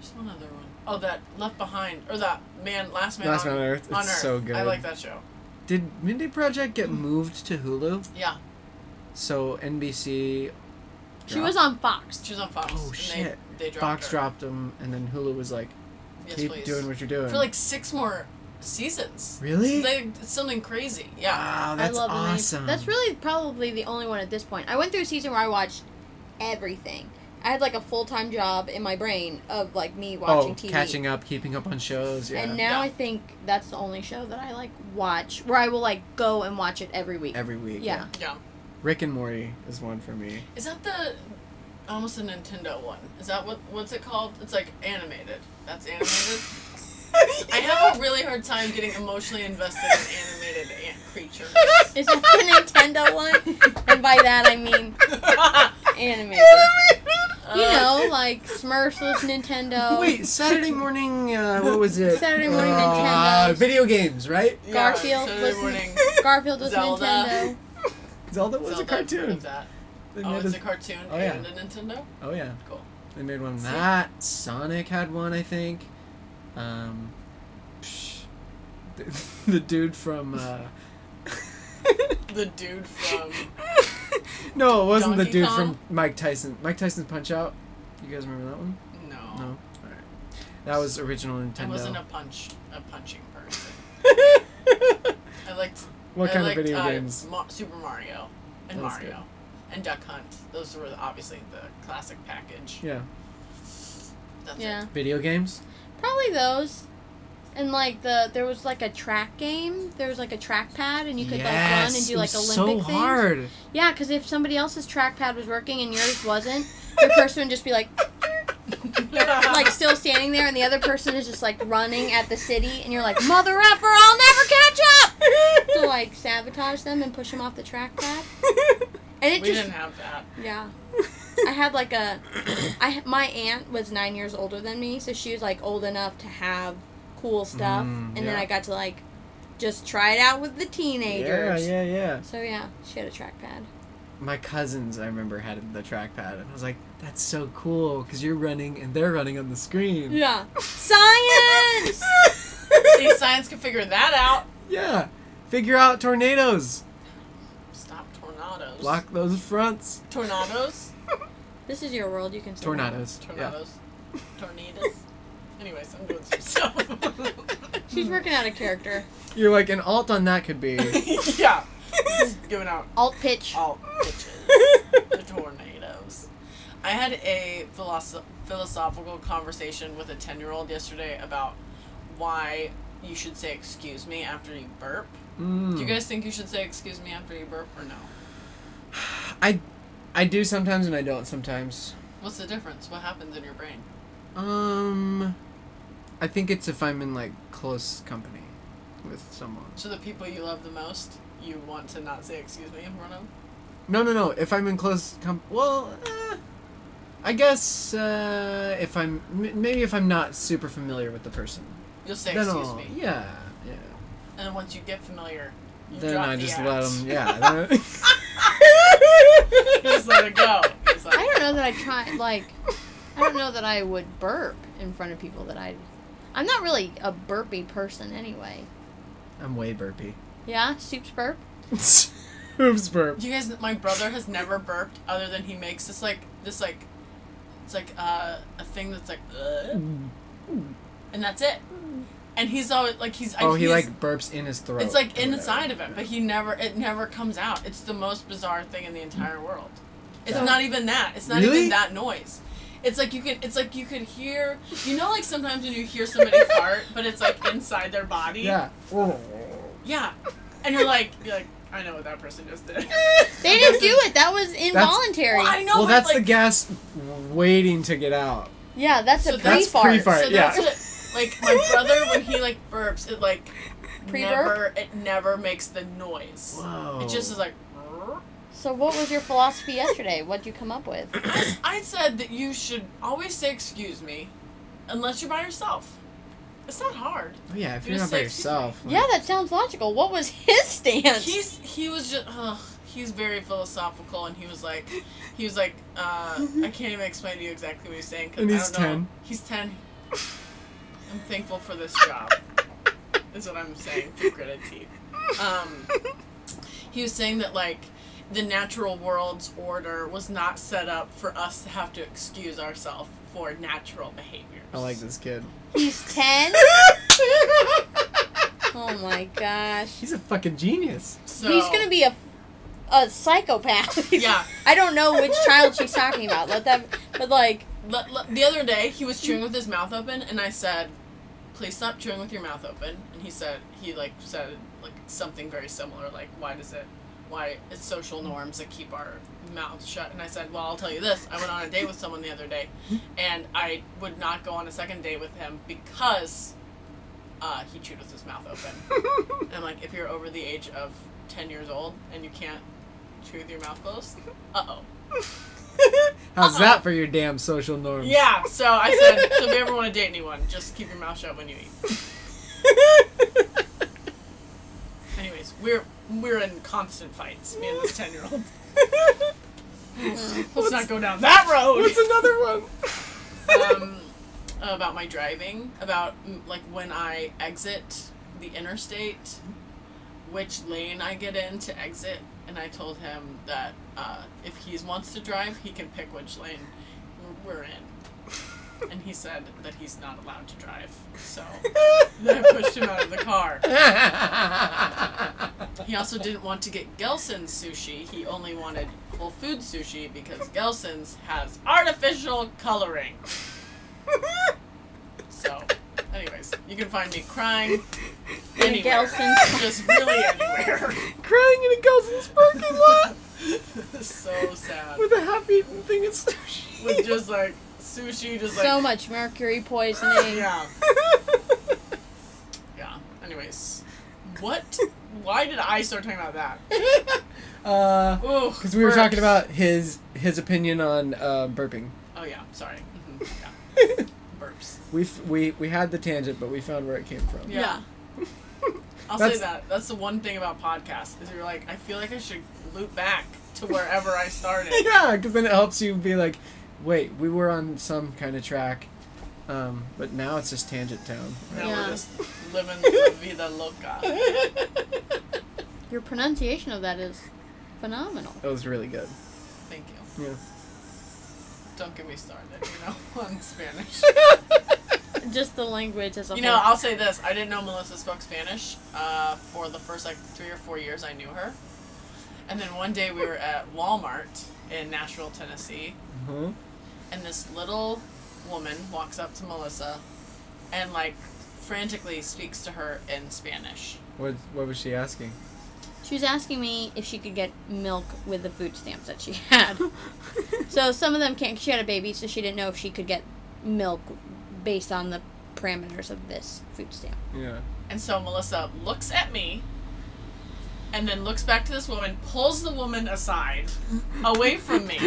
There's one other one. Oh, that Left Behind or that Man Last Man
Last
on,
Man on Earth. It's
on Earth.
so good.
I like that show.
Did Mindy Project get moved to Hulu?
Yeah,
So NBC.
She
dropped-
was on Fox.
she was on Fox.
Oh,
and
shit.
They, they dropped
Fox
her.
dropped them, and then Hulu was like,
Yes,
"Keep
please.
doing what you're doing."
for like six more seasons.
really? Ah.
They, it's something crazy. Yeah.
wow, that's
I love Amazing-
awesome.
That's really probably the only one at this point. I went through a season where I watched everything. I had like a full time job in my brain of like me watching
oh,
TV.
catching up, keeping up on shows. Yeah.
And now
Yeah.
I think that's the only show that I like watch where I will like go and watch it every week.
Every week.
Yeah.
Yeah.
Rick and Morty is one for me.
Is that the almost a Nintendo one? Is that what what's it called? It's like animated. That's animated. I have a really hard time getting emotionally invested in animated ant creatures.
Is that the Nintendo one? And by that I mean animated. You
Uh,
know, like Smurfs was Nintendo.
Wait, Saturday morning, uh, what was it?
Saturday morning
Uh,
Nintendo's.
video games, right?
Yeah,
Garfield
Saturday
was-
morning.
Garfield was
Zelda.
Nintendo.
Zelda was a
Zelda, I've heard
cartoon.
of that.
They
Oh,
made
it's
a-
a cartoon
Oh, yeah.
and a Nintendo?
oh yeah,
Cool.
they made one. of
See?
That Sonic had one, I think. Um, psh, the, the dude from. Uh,
The dude from.
no, it wasn't the
Um, Donkey
dude
Kong?
from Mike Tyson. Mike Tyson's Punch Out. You guys remember that one?
No.
No. All right. That was original
I
Nintendo.
Oh. wasn't a punch, a punching person. I liked.
what
I
kind
liked,
of video
uh,
games?
Ma- Super Mario, and
That's
Mario, and Duck Hunt. Those were obviously the classic package.
Yeah,
That's
Yeah.
video games.
Probably those. And like the there was like a track game. There was like a track pad and you could like run and do like
it was
Olympic
so
things.
hard.
Yeah, because if somebody else's track pad was working and yours wasn't, your person would just be like
It.
like still standing there and the other person is just like running at the city and you're like, Mother effer, I'll never catch up to like sabotage them and push them off the track pad. And it
we
just
didn't have that.
Yeah. I had like a, I my aunt was nine years older than me, so she was like old enough to have cool stuff,
Mm,
and then
yeah.
I got to like, just try it out with the
Yeah,
teenagers.
yeah, yeah.
So yeah, she had a trackpad.
My cousins, I remember, had the trackpad, and I was like, "That's so cool," because you're running and they're running on the screen.
Yeah. Science.
See, science can figure that out.
Yeah. Figure out tornadoes.
Stop tornadoes.
Block those fronts.
Tornadoes.
this is your world. You can. say that.
Tornadoes. Yeah.
Tornadoes. Tornadoes. Anyways, I'm doing some stuff.
She's working out a character.
You're like an alt on that could be.
yeah. Just giving out
Alt pitch.
all bitches. the tornadoes. I had a philosoph- philosophical conversation with a 10 year old yesterday about why you should say excuse me after you burp.
Mm.
Do you guys think you should say excuse me after you burp or no?
I, I do sometimes and I don't sometimes.
What's the difference? What happens in your brain?
Um, I think it's if I'm in like close company with someone.
So, the people you love the most, you want to not say excuse me in front of?
No, no, no. If I'm in close com well, uh, I guess uh, if I'm m- maybe if I'm not super familiar with the person,
You'll say
then
excuse
I'll,
me.
yeah, yeah.
And then once you get familiar, you
Then
drop
I
the
just
act.
let 'em let them. Yeah.
just let it go. It's like,
I don't know that I try like. I don't know that I would burp in front of people that I. I'm not really a burpy person anyway.
I'm way burpy.
Yeah, soups burp.
Oops, burp.
Do you guys? My brother has never burped other than he makes this like this like, it's like uh, a thing that's like, "Ugh," and that's it. And he's always like he's. I-
Oh, he
he's-
like burps in his throat.
It's like
or
inside of
whatever.
it, but he never. It never comes out. It's the most bizarre thing in the entire world. It's
Yeah.
not even that. It's not
Really?
even that noise. It's like you could. It's like you could hear. You know, like sometimes when you hear somebody fart, but it's like inside their body.
Yeah.
Yeah. And you're like, you're like, I know what that person just did.
They didn't do it. That was involuntary.
Well, I know.
Well,
but
that's
like,
the gas waiting to get out.
Yeah, that's
So
a pre
that's
That's pre
fart.
fart.
So
yeah.
that's it. Like my brother, when he like burps, it like
Pre-burp?
never it never makes the noise.
Whoa.
It just is like.
So what was your philosophy yesterday? What'd you come up with?
I said that you should always say excuse me, unless you're by yourself. It's not hard.
yeah, if
you
you're not
just
by
say, "Excuse me."
yourself. like-
Yeah, that sounds logical. What was his stance?
He's he was just ugh, he's very philosophical and he was like he was like uh,
Mm-hmm.
I can't even explain to you exactly what he's saying 'cause
And
I
he's
don't know.
10.
He's ten. I'm thankful for this job. is what I'm saying through gritted teeth. Um, he was saying that like the natural world's order was not set up for us to have to excuse ourselves for natural behaviors.
I like this kid.
He's ten. oh my gosh.
He's a fucking genius.
So,
He's gonna be a a psychopath.
Yeah.
I don't know which child she's talking about. Let that. But like,
L- l- the other day, he was chewing with his mouth open, and I said, "Please stop chewing with your mouth open." And he said, he like said like something very similar, like, "Why does it? Why it's social norms that keep our mouths shut?" And I said, "Well, I'll tell you this: I went on a date with someone the other day, and I would not go on a second date with him because uh, he chewed with his mouth open." and I'm like, if you're over the age of ten years old and you can't chew with your mouth closed, uh oh.
How's
Uh-uh.
that for your damn social norms?
Yeah, so I said, so if you ever want to date anyone, just keep your mouth shut when you eat. Anyways, we're we were in constant fights, me and this ten year old.
Well,
Let's not go down that road.
What's another one?
um, about my driving, about mm, like when I exit the interstate, which lane I get in to exit, and I told him that uh, if he wants to drive, he can pick which lane we're, we're in. And he said that he's not allowed to drive, so then I pushed him out of the car. He also didn't want to get Gelson's sushi. He only wanted Whole Food sushi because Gelson's has artificial coloring. So, anyways, you can find me crying anywhere.
Gelson's.
Just really anywhere.
Crying in a Gelson's parking lot
so sad.
with a half-eaten thing of sushi.
With just like sushi, just like
so much mercury poisoning.
yeah, yeah. Anyways, what? Why did I start talking about that?
uh,
Oh,
because we were talking about his his opinion on uh, burping.
Oh yeah, sorry. hmm Yeah, burps.
We f- we we had the tangent, but we found where it came from.
Yeah. I'll
That's-
say that. That's the one thing about podcasts is you're like, I feel like I should loop back to wherever I started.
Yeah, because then it helps you be like, wait, we were on some kind of track, um, but now it's just tangent town.
Now
Yeah.
we're just living the vida loca.
Your pronunciation of that is phenomenal.
That was really good.
Thank you.
Yeah.
Don't get me started, you know, on Spanish.
Just the language as a
You
whole.
know, I'll say this. I didn't know Melissa spoke Spanish uh, for the first like three or four years I knew her. And then one day we were at Walmart in Nashville, Tennessee,
Huh?
and this little woman walks up to Melissa and like frantically speaks to her in Spanish.
What what was she asking?
She was asking me if she could get milk with the food stamps that she had. so some of them can't. She had a baby, so she didn't know if she could get milk based on the parameters of this food stamp.
Yeah.
And so Melissa looks at me and then looks back to this woman, pulls the woman aside away from me,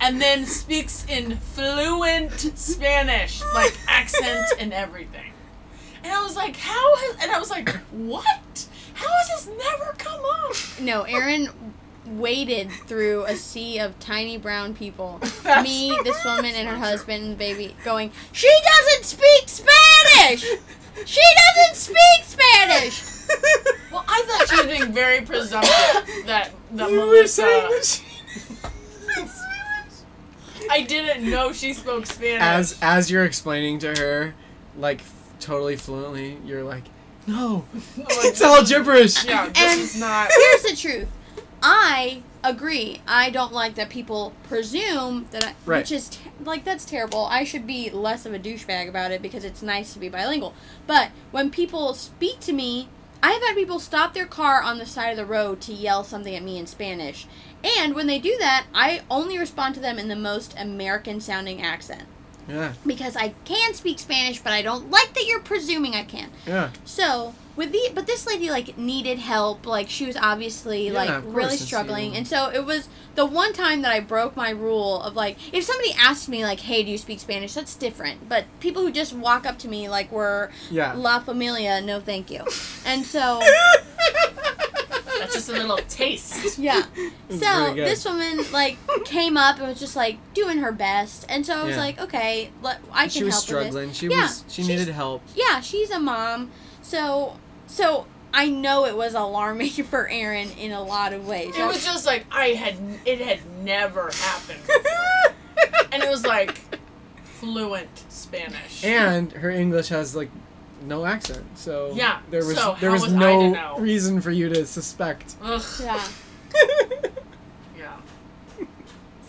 and then speaks in fluent Spanish, like accent and everything. And I was like, how has, and I was like, what? How has this never come up?
No, Erin waded through a sea of tiny brown people.
That's-
Me, this woman, and her husband and baby going, She doesn't speak Spanish! She doesn't speak Spanish!
Well, I thought she was being very presumptive that, that
you were
Melissa.
saying that she-
I didn't know she spoke Spanish.
as as you're explaining to her, like f- totally fluently, you're like, no,
I'm like,
it's all gibberish.
yeah, this
And-
is not.
Here's the truth. I agree. I don't like that people presume that I,
Right.
which is te- like that's terrible. I should be less of a douchebag about it because it's nice to be bilingual. But when people speak to me, I've had people stop their car on the side of the road to yell something at me in Spanish. And when they do that, I only respond to them in the most American sounding accent
Yeah,
because I can speak Spanish, but I don't like that you're presuming I can.
yeah.
So with the but this lady like needed help like she was obviously
Yeah,
like
of course,
really
it's
struggling
you.
and so it was the one time that I broke my rule of like if somebody asked me like hey do you speak Spanish that's different but people who just walk up to me like we're
Yeah.
La Familia no thank you and so
That's just a little taste.
yeah
It's
so
very good.
this woman like came up and was just like doing her best and so I was
Yeah.
like okay let, I can
she was
help with this.
struggling. She
Yeah,
was she
she's-
needed help.
yeah, she's a mom. So so I know it was alarming for Aaron in a lot of ways.
It was just like I had. It had never happened, before. and it was like fluent Spanish.
And her English has like no accent, so
Yeah,
there was
so
there
how
was,
was I to
no
know?
reason for you to suspect.
Ugh.
yeah.
Yeah.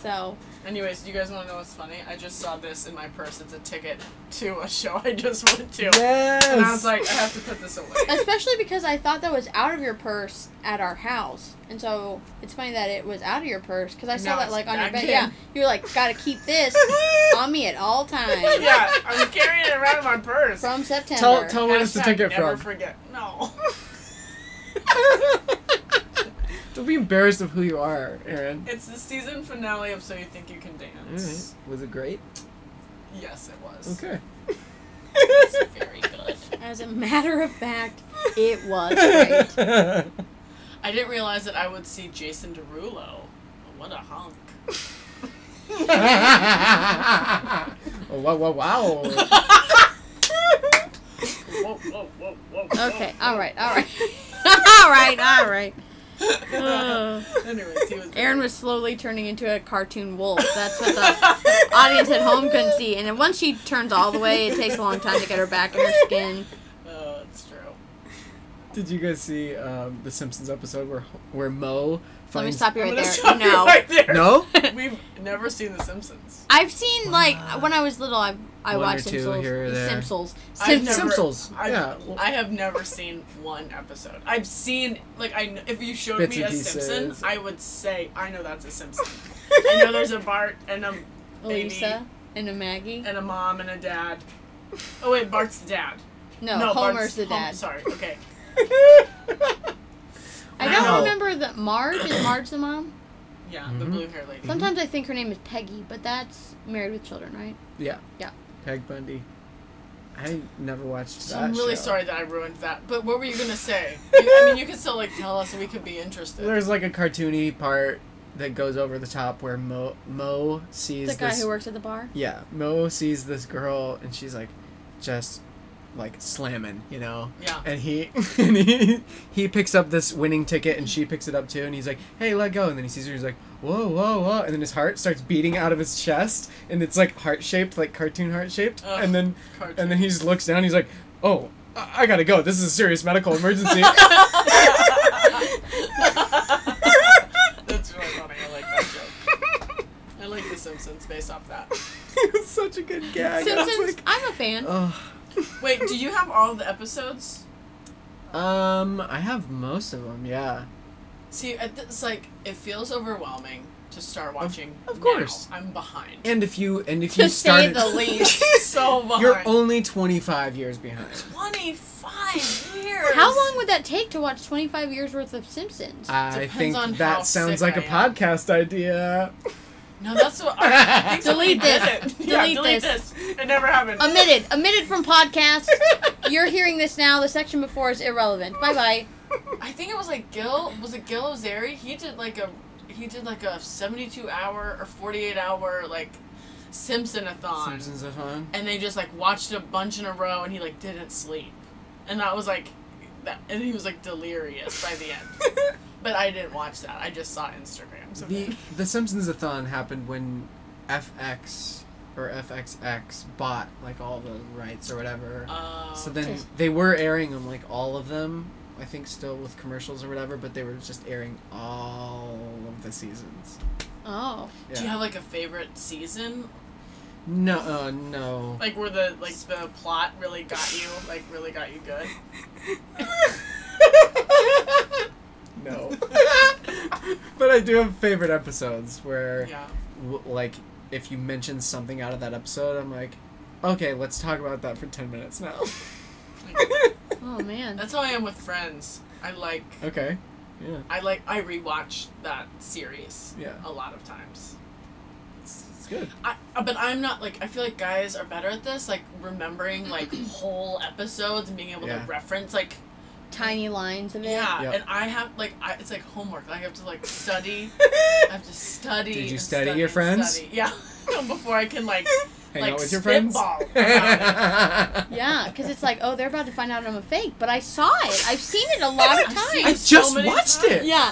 So
Anyways, do you guys want to know what's funny? I just saw this in my purse. It's a ticket to a show I just went to,
Yes.
and I was like, I have to put this away.
especially because I thought that was out of your purse at our house, and so it's funny that it was out of your purse because I saw
Now
that
it's
like on your
back
bed.
in.
Yeah, you were like, gotta keep this on me at all times
yeah, I'm carrying it around in my purse.
from September.
tell tell where it's Oh, the
Hashtag
ticket
never
from.
forget. No.
Don't be embarrassed of who you are, Aaron.
It's the season finale of So You Think You Can Dance.
Alright. Was it great?
Yes, it was.
Okay.
It's very good.
As a matter of fact, it was great.
I didn't realize that I would see Jason Derulo. What a hunk.
oh, wow, wow, wow.
Whoa, whoa, whoa, whoa.
Okay. All right. All right. all right. All right. Ugh.
Anyways, he was.
Aaron was slowly turning into a cartoon wolf. That's what the audience at home couldn't see. And then once she turns all the way, it takes a long time to get her back in her skin.
Oh, that's true.
Did you guys see um, the Simpsons episode where where Mo finds?
Let me stop you
I'm
right
gonna
there.
stop you
No.
right there.
No.
We've never seen The Simpsons.
I've seen like when I was little, I I
One or
watched
two
Simpsons.
here or there.
Simpsons.
I've
Simpsons.
never-
Simpsons,
I've,
yeah, well-
I have never seen one episode. I've seen like I kn- if you showed
Bits
me a
and
Simpson,
pieces.
I would say I know that's a Simpson. I know there's a Bart and a
Elisa and a Maggie.
and a mom and a dad. Oh wait, Bart's the dad.
No,
no, Bart's,
Oh, Homer's the
Hom-
dad.
sorry. Okay.
I don't
Wow.
remember that Marge is Marge the mom.
Yeah, the
Mhm.
blue hair lady.
Sometimes I think her name is Peggy, but that's Married with Children, right?
yeah.
Yeah.
Peg Bundy. I never watched
So
that.
I'm really
show.
sorry that I ruined that. But what were you gonna say? You- I mean, you could still like tell us, and we could be interested.
There's like a cartoony part that goes over the top where Mo Mo sees
The guy
this
who works at the bar.
yeah Mo sees this girl and she's like just like slamming you know
Yeah.
and he and he he picks up this winning ticket and she picks it up too and he's like hey let go and then he sees her he's like whoa whoa whoa and then his heart starts beating out of his chest and it's like heart shaped like cartoon heart shaped
Ugh,
and then
cartoon.
and then he just looks down he's like oh I-, I gotta go this is a serious medical emergency
That's really funny. I like that joke. I like The Simpsons based off that.
it was such a good gag I was
Simpsons.
like,
I'm a fan.
oh.
Wait, do you have all the episodes?
um I have most of them yeah
See, at this, like it feels overwhelming to start watching.
of course.
now. I'm behind.
and if you and if
To
you
say
started
the least.
so behind.
you're only 25 years behind
25 years.
How long would that take to watch 25 years worth of Simpsons?
I
Depends
think
on how
that sounds
sick
like a
I am.
podcast idea.
No, that's what. I think somebody
Delete this.
did it. Yeah,
Delete
delete
this.
this. It never happened.
omitted. Omitted from podcast. You're hearing this now. The section before is irrelevant. Bye bye.
I think it was like Gil. Was it Gil Ozeri? He did like a. He did like a 72 hour or 48 hour like Simpson-a-thon.
Simpsons of Fun.
and they just like watched a bunch in a row and he like didn't sleep and that was like that and he was like delirious by the end but i didn't watch that i just saw instagram so
The the Simpsons of Thon happened when FX or FXX bought like all the rights or whatever.
uh,
so then
okay.
they were airing them like all of them. I think still with commercials or whatever, but they were just airing all of the seasons.
Oh.
Yeah.
do you have like a favorite season
no, uh, no.
like where the like the plot really got you like really got you good
No. but I do have favorite episodes where
yeah
w- like if you mention something out of that episode, I'm like, okay, let's talk about that for ten minutes now.
Oh man.
that's how i am with friends i like
okay. Yeah.
i like i rewatch that series
Yeah.
a lot of times
It's, it's good.
I, uh, but I'm not like I feel like guys are better at this, like remembering like whole episodes and being able
Yeah.
to reference like
Tiny lines of it.
yeah.
Yep.
And I have like I, it's like homework. I have to like study. I have to study.
Did you
and
study your
and
friends?
study. Yeah, before I can like
Hang
Like
out with your friends.
spitball about
Yeah, because it's like, oh, they're about to find out I'm a fake, but I saw it. I've seen it a lot of
I've
times.
seen
I
So
just
many
watched
times.
it.
yeah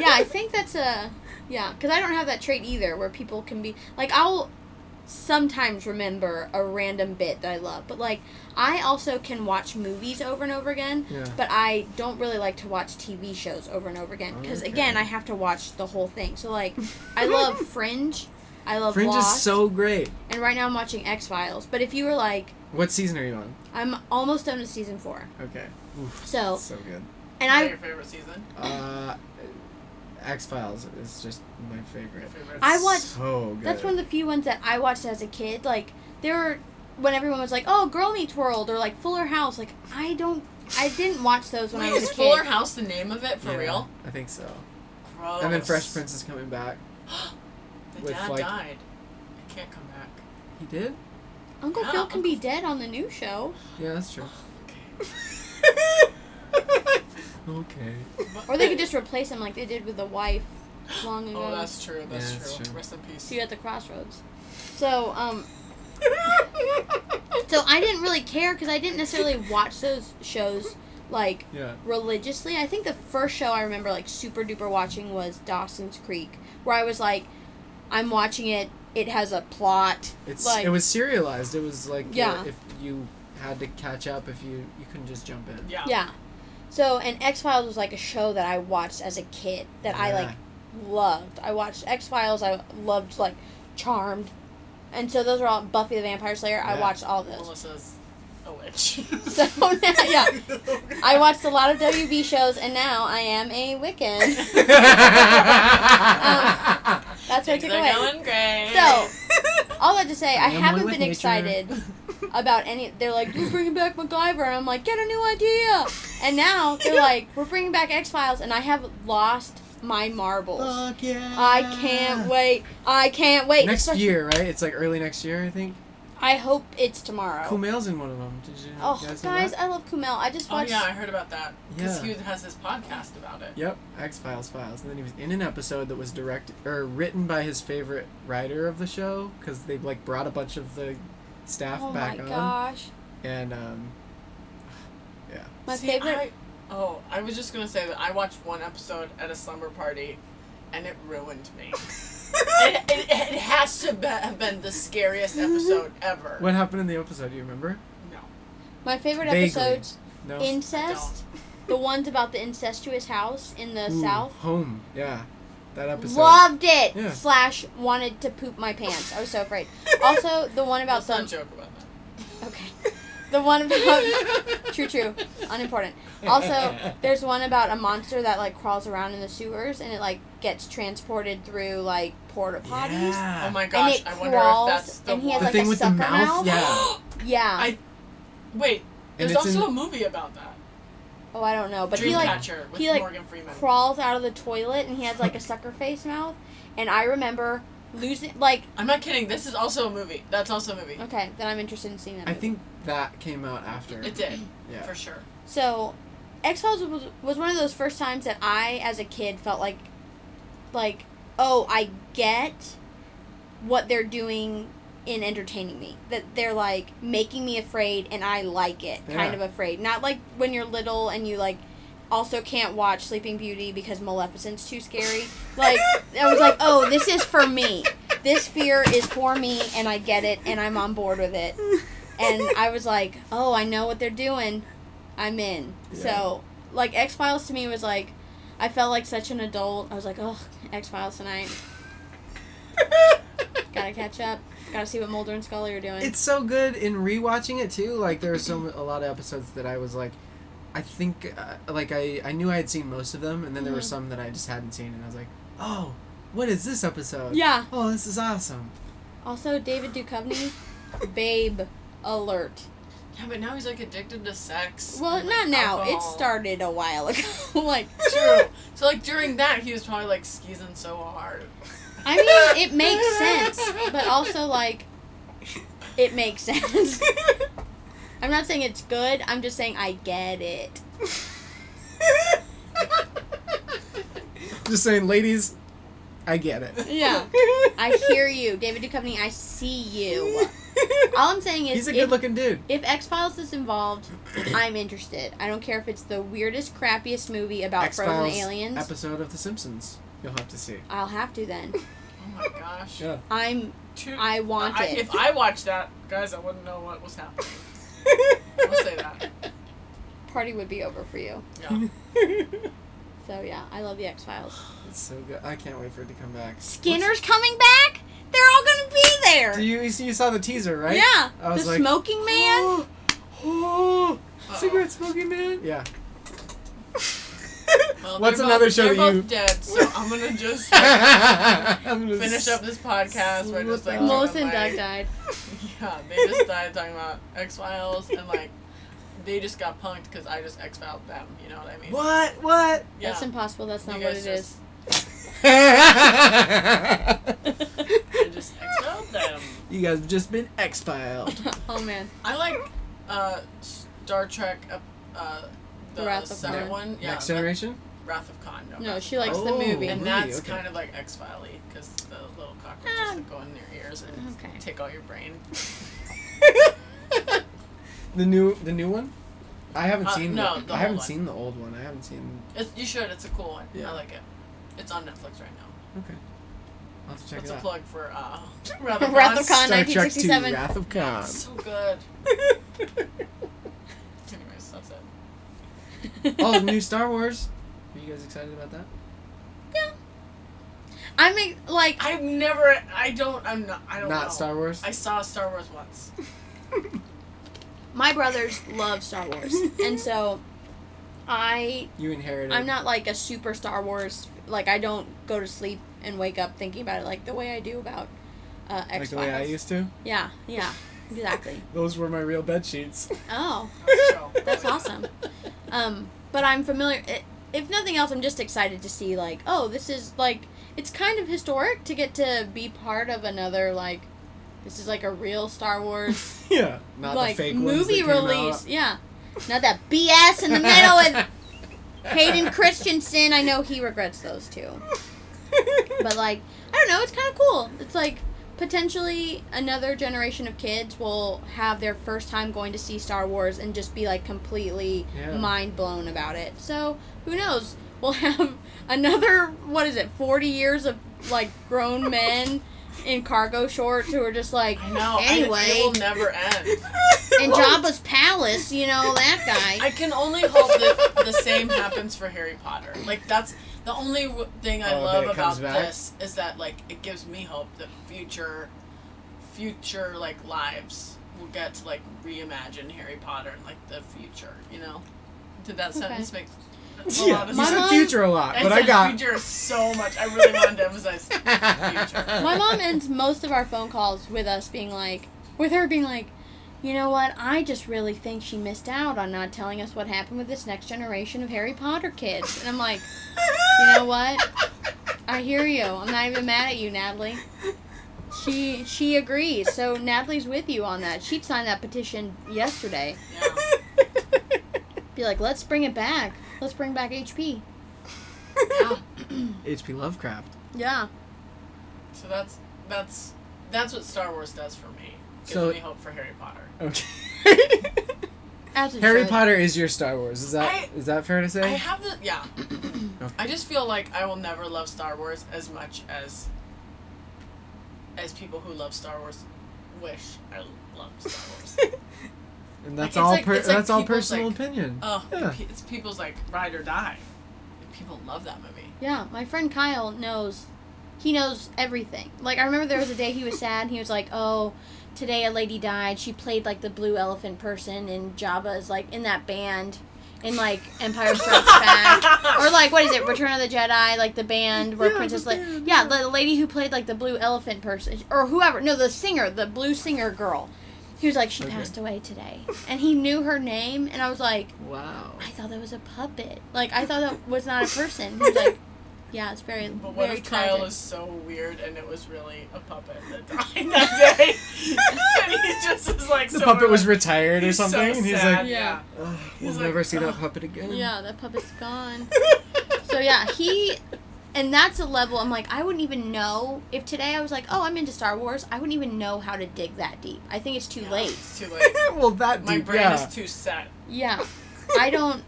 yeah i think that's a yeah because i don't have that trait either where people can be like i'll sometimes remember a random bit that i love but like i also can watch movies over and over again
Yeah.
but i don't really like to watch tv shows over and over again because again
Okay.
i have to watch the whole thing so like i love fringe i love
Fringe
Lost,
is so great.
and right now i'm watching x-files but if you were like
What season are you on?
i'm almost done with season four
Okay. Oof,
so
so good.
and
Is that
i
your favorite season.
Uh, X Files is just my favorite.
Favorite.
I watched-
So good.
That's one of the few ones that I watched as a kid. Like there were when everyone was like, "Oh, Girl Meets World" or like Fuller House. Like I don't, I didn't watch those when I
Wait,
was
is
a
Fuller
kid.
House the name of it for
Yeah,
real? Oh,
I think so.
Gross.
And then Fresh Prince is coming back.
The
with,
dad
like-
died. I can't come back.
He did?
Uncle
Yeah,
Phil can be dead on the new show.
Yeah, that's true. Okay.
Or they could just replace him like they did with the wife long ago.
Oh, that's true. That's,
Yeah, that's
true.
true.
Rest in peace.
See you at the crossroads. So, um, so I didn't really care because I didn't necessarily watch those shows like
Yeah.
religiously. I think the first show I remember like super duper watching was Dawson's Creek, where I was like, I'm watching it. It has a plot.
It's
Like-
it was serialized. It was like
Yeah.
yeah. if you had to catch up, if you you couldn't just jump in.
Yeah.
Yeah. So, and X Files was like a show that I watched as a kid that I
Yeah.
like loved. I watched X Files. I loved like Charmed, and so those are all Buffy the Vampire Slayer. I
Yeah.
watched all those.
Melissa's a witch.
So now, yeah, I watched a lot of WB shows, and now I am a Wiccan. That's what Um, I
Things
took
are
away.
going great.
So, all that to say, I
Family
haven't
with
been
nature.
excited about any. They're like, we're bringing back MacGyver, and I'm like, get a new idea. And now they're like, we're bringing back X Files, and I have lost my marbles.
Fuck yeah.
I can't wait. I can't wait.
Uh. Next
Especially-
year, right? It's like early next year, I think.
I hope it's tomorrow.
Kumail's in one of them. Did you
oh,
you
guys,
guys know that?
I love Kumail. I just
oh
watched.
yeah, I heard about that because
Yeah.
he has his podcast about it.
Yep, X Files Files. And then he was in an episode that was directed or written by his favorite writer of the show because they like brought a bunch of the staff
oh my
back on.
gosh.
And um, yeah,
My
See,
favorite.
I, oh, I was just gonna say that I watched one episode at a slumber party, and it ruined me. it, it, it has to be, have been the scariest episode ever.
what happened in the episode? Do you remember?
No,
my favorite
Vaguely.
episodes
No.
incest. The ones about the incestuous house in the
Ooh,
south.
Home. Yeah, that episode.
Loved it.
Yeah.
Slash wanted to poop my pants. I was so afraid. Also, the one
let's
about some.
not joke about that.
Okay. The one about. True, true. Unimportant. Also, there's one about a monster that like crawls around in the sewers and it like gets transported through like porta potties.
Yeah.
Oh my gosh,
it
I wonder
crawls,
if that's the
and he
one.
has,
The
like,
thing
a
with the
sucker
mouth.
mouth?
Yeah.
Yeah.
I- Wait,
And
there's
it's in-
also a movie about that.
oh, I don't know, but he like
Dreamcatcher with
he, like,
Morgan Freeman.
crawls out of the toilet and he has like a sucker face mouth. And I remember losing like
I'm not kidding. This is also a movie. That's also a movie.
okay, then I'm interested in seeing that.
I
movie.
think that came out after.
It did
Yeah.
for sure.
so. X Files was, was one of those first times that I, as a kid, felt like, like, oh, I get what they're doing in entertaining me. That they're like making me afraid and I like it. Kind of
Yeah.
afraid. Not like when you're little and you like also can't watch Sleeping Beauty because Maleficent's too scary. Like I was like, "Oh, this is for me. This fear is for me and I get it and I'm on board with it." And I was like, "Oh, I know what they're doing. I'm in." So, like X-Files to me was like I felt like such an adult. I was like, "Oh, X-Files tonight." Gotta catch up. Gotta see what Mulder and Scully are doing.
It's so good in rewatching it too. Like there are some a lot of episodes that I was like, I think uh, like I I knew I had seen most of them, and then there were
Mhm.
some that I just hadn't seen, and I was like, oh, what is this episode?
yeah.
Oh, this is awesome.
Also, David Duchovny, babe alert.
Yeah, but now he's like addicted to sex.
Well,
and,
not
like,
now. It
alcohol.
started a while ago. like,
True. So like during that, he was probably like skeezing so hard.
I mean, it makes sense, but also like, it makes sense. I'm not saying it's good. I'm just saying I get it.
Just saying, ladies, I get it.
Yeah. I hear you, David Duchovny. I see you. All I'm saying is,
He's a
if-
good-looking dude.
If X Files is involved, I'm interested. I don't care if it's the weirdest, crappiest movie about
X-Files
frozen aliens.
episode of The Simpsons. You'll have to see.
I'll have to then.
Oh my gosh.
Yeah.
I'm.
Two-
I want
I-
it.
If I watched that, guys, I wouldn't know what was happening. I'll say that.
Party would be over for you.
Yeah.
So yeah, I love the X Files.
It's so good. I can't wait for it to come back.
Skinner's coming back. They're all gonna be there.
What's- Do you, you saw the teaser, right?
Yeah.
I was
the
like,
smoking man.
Oh, oh,
Uh-oh.
cigarette smoking man. Yeah.
Well,
What's
they're
another
both,
show
they're
that
both
you-
dead, so I'm gonna just
I'm gonna
finish up this podcast by just like.
Melissa
doing
and Doug
my-
died.
Yeah, they just started talking about X Files and like they just got punked because I just X Filed them. You know what I mean?
What? What?
Yeah.
That's impossible. That's
You
not what it
guys
is.
I just X Filed them.
you guys have just been X filed.
oh man.
I like uh, Star Trek. Uh, uh, the
Wrath of
second
Khan.
one. Yeah,
Next
like
Generation.
Wrath of Khan. No,
No,
not-
she likes the
Oh.
movie.
and
Really?
that's
Okay.
kind of like X File because the little cockroaches
Ah.
that go in your ears and
Okay.
take out your brain.
The new the new one. I haven't
Uh,
seen.
no,
the,
the
I haven't
whole one.
seen the old one. I haven't seen.
It's, you should. It's a cool one.
Yeah.
I like it. It's on Netflix right now.
Okay. I'll have to check
That's
it
a
out.
plug for uh, Wrath of
Wrath of Khan,
Star Trek II:
1967.
Wrath of Khan.
It's so good. Anyways, that's it.
oh, the new Star Wars. Are you guys excited about that?
Yeah. I mean, like,
I've never. I don't. I'm not. I don't.
Not
know.
Star Wars.
I saw Star Wars once.
my brothers love Star Wars, and so I
You inherited.
I'm not like a super Star Wars. Like, I don't go to sleep and wake up thinking about it like the way I do about uh,
like
X
the way I
Files.
used to.
Yeah, yeah, exactly.
Those were my real bed sheets.
Oh,
Sure.
that's awesome. Um, but I'm familiar. i- If nothing else, I'm just excited to see like, oh, this is like it's kind of historic to get to be part of another like. This is like a real Star Wars
yeah. Not
like
the fake ones that
movie
came
release.
out.
Yeah, not that BS in the middle with Hayden Christensen. I know he regrets those too, but like I don't know. It's kind of cool. It's like potentially another generation of kids will have their first time going to see Star Wars and just be like completely
Yeah.
mind blown about it. So who knows? We'll have another what is it? Forty years of like grown men. In cargo shorts, who are just like,
I know. I-
anyway,
it will never end.
and Jabba's palace, you know that guy.
I can only hope that the same happens for Harry Potter. Like that's the only w- thing I
Oh, that
love
it
about
comes back?
this is that like it gives me hope that future, future like lives will get to like reimagine Harry Potter and like the future. You know, did that sentence make? a
Yeah,
lot of
you
My
sense?
said
mom-
future a lot,
I
but I
said
got.
future so much. I really wanted to emphasize. future.
My mom ends most of our phone calls with us being like, with her being like, you know what? I just really think she missed out on not telling us what happened with this next generation of Harry Potter kids. And I'm like, you know what? I hear you. I'm not even mad at you, Natalie. She she agrees. So Natalie's with you on that. She'd signed that petition yesterday.
Yeah.
Be like, let's bring it back. Let's bring back HP.
yeah.
H.P. Lovecraft.
Yeah.
So that's that's that's what Star Wars does for me. Gives
So-
me hope for Harry Potter.
Okay.
As it
Harry
should.
Potter is your Star Wars. Is that is
I-
that fair to say?
I have the yeah. I just feel like I will never love Star Wars as much as as people who love Star Wars wish I loved Star Wars.
and that's
it's
all.
like-
per,
it's like
that's all
people's,
personal
like,
opinion.
Oh,
Yeah.
pe- it's people's like ride or die. People love that movie.
Yeah, my friend Kyle knows. He knows everything. Like I remember there was a day he was sad. And he was like, "Oh, today a lady died. She played like the blue elephant person in Jabba's like in that band in like Empire Strikes Back or like what is it, Return of the Jedi? Like the band where
Yeah,
Princess,
the
Leia
band,
yeah, the lady who played like the blue elephant person or whoever. No, the singer, the blue singer girl. He was like, she
Okay.
passed away today, and he knew her name, and I was like.
Wow.
I thought that was a puppet. Like I thought that was not a person. He was like, yeah, it's very
But what
very
if Kyle
tragic.
is so weird and it was really a puppet that died that day? and he just is like
The
so
puppet was
like,
retired or
he's so
something. and he's
sad,
like,
yeah.
"Ugh, we'll
He's like,
never see that
"Ugh."
puppet again.
yeah, that puppet's gone. so yeah, he, and that's a level. I'm like, I wouldn't even know if today I was like, oh, I'm into Star Wars. I wouldn't even know how to dig that deep. I think it's too late.
It's too late.
well, that
My
deep,
brain
yeah.
is too set.
Yeah, I don't.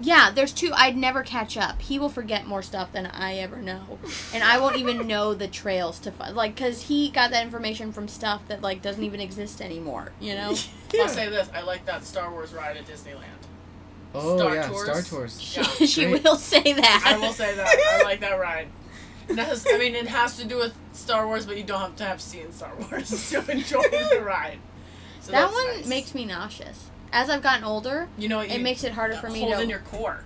Yeah, there's two. I'd never catch up. He will forget more stuff than I ever know, and I won't even know the trails to fi- like because he got that information from stuff that like doesn't even exist anymore. You know.
Yeah.
I'll say this: I like that Star Wars ride at Disneyland.
oh
Star
yeah,
Tours.
Star Tours.
Yeah.
she, she
Great.
will say that.
I will say that I like that ride. And That has, I mean, it has to do with Star Wars, but you don't have to have seen Star Wars to enjoy the ride. So
that
that's
one
nice.
makes me nauseous. As I've gotten older,
you know what you,
it makes it harder for me
hold
to.
in your core.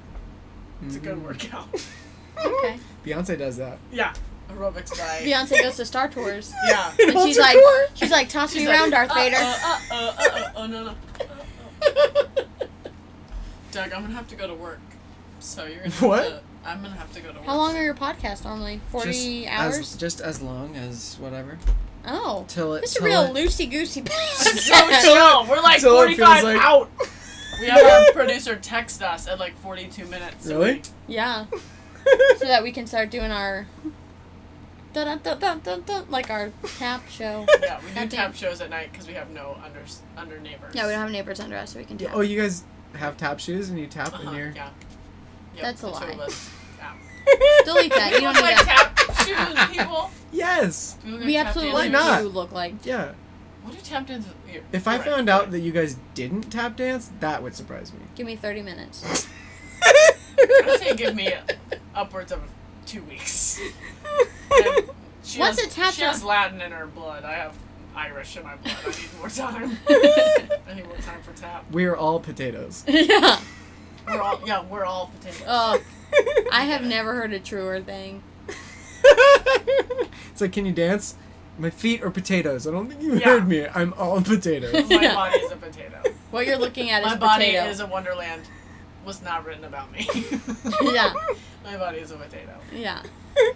It's a good
Mhm.
workout.
okay.
Beyonce does that.
Yeah, aerobics ride.
Beyonce goes to Star Tours,
Yeah.
and she's like, she's like, toss
She's
me
like,
around, Darth
uh,
Vader.
Uh, uh, uh, uh, uh, oh no no. Uh, uh. Doug, I'm gonna have to go to work. So you're gonna
What?
Have to, I'm gonna have to go to work.
How long are your podcasts normally? Forty
just
hours.
As, just as long as whatever.
oh.
Till it.
This is a
till
real
it-
loosey goosey
so chill. We're like
So it feels
45
like-
out. We have our producer text us at like 42 minutes. so
Really?
we-
Yeah. so that we can start doing our dun dun dun dun dun dun like our tap show.
Yeah, we do
Goddamn.
tap shows at night because we have no under under neighbors.
Yeah, we don't have neighbors under us, so we can tap.
Oh, you guys have tap shoes and you tap
Uh-huh,
in your.
yeah. Yep,
That's a
the two
lie.
of us. Yeah.
Delete that. You
We
don't
look
need
like
that.
tap shoes, people.
Yes.
We, look like
We
tap
absolutely
Why
dancers.
not?
do look like.
Yeah.
What do tap dancers? you're-
If I
you're right,
found
you're
out
right.
that you guys didn't tap dance, that would surprise me.
Give me thirty minutes.
I'd say give me upwards of two weeks. She
What's
has,
a tap
She has
dance?
Latin in her blood. I have Irish in my blood. I need more time. I need more time for tap.
We're all potatoes.
yeah.
We're all yeah, we're all potatoes.
Oh, I have never heard a truer thing.
it's like, can you dance? My feet are potatoes. I don't think you
Yeah.
heard me. I'm all potatoes.
my
yeah.
body is a potato.
What you're looking at is
my body
potato.
is a wonderland. Was not written about me.
yeah,
my body is a potato.
yeah.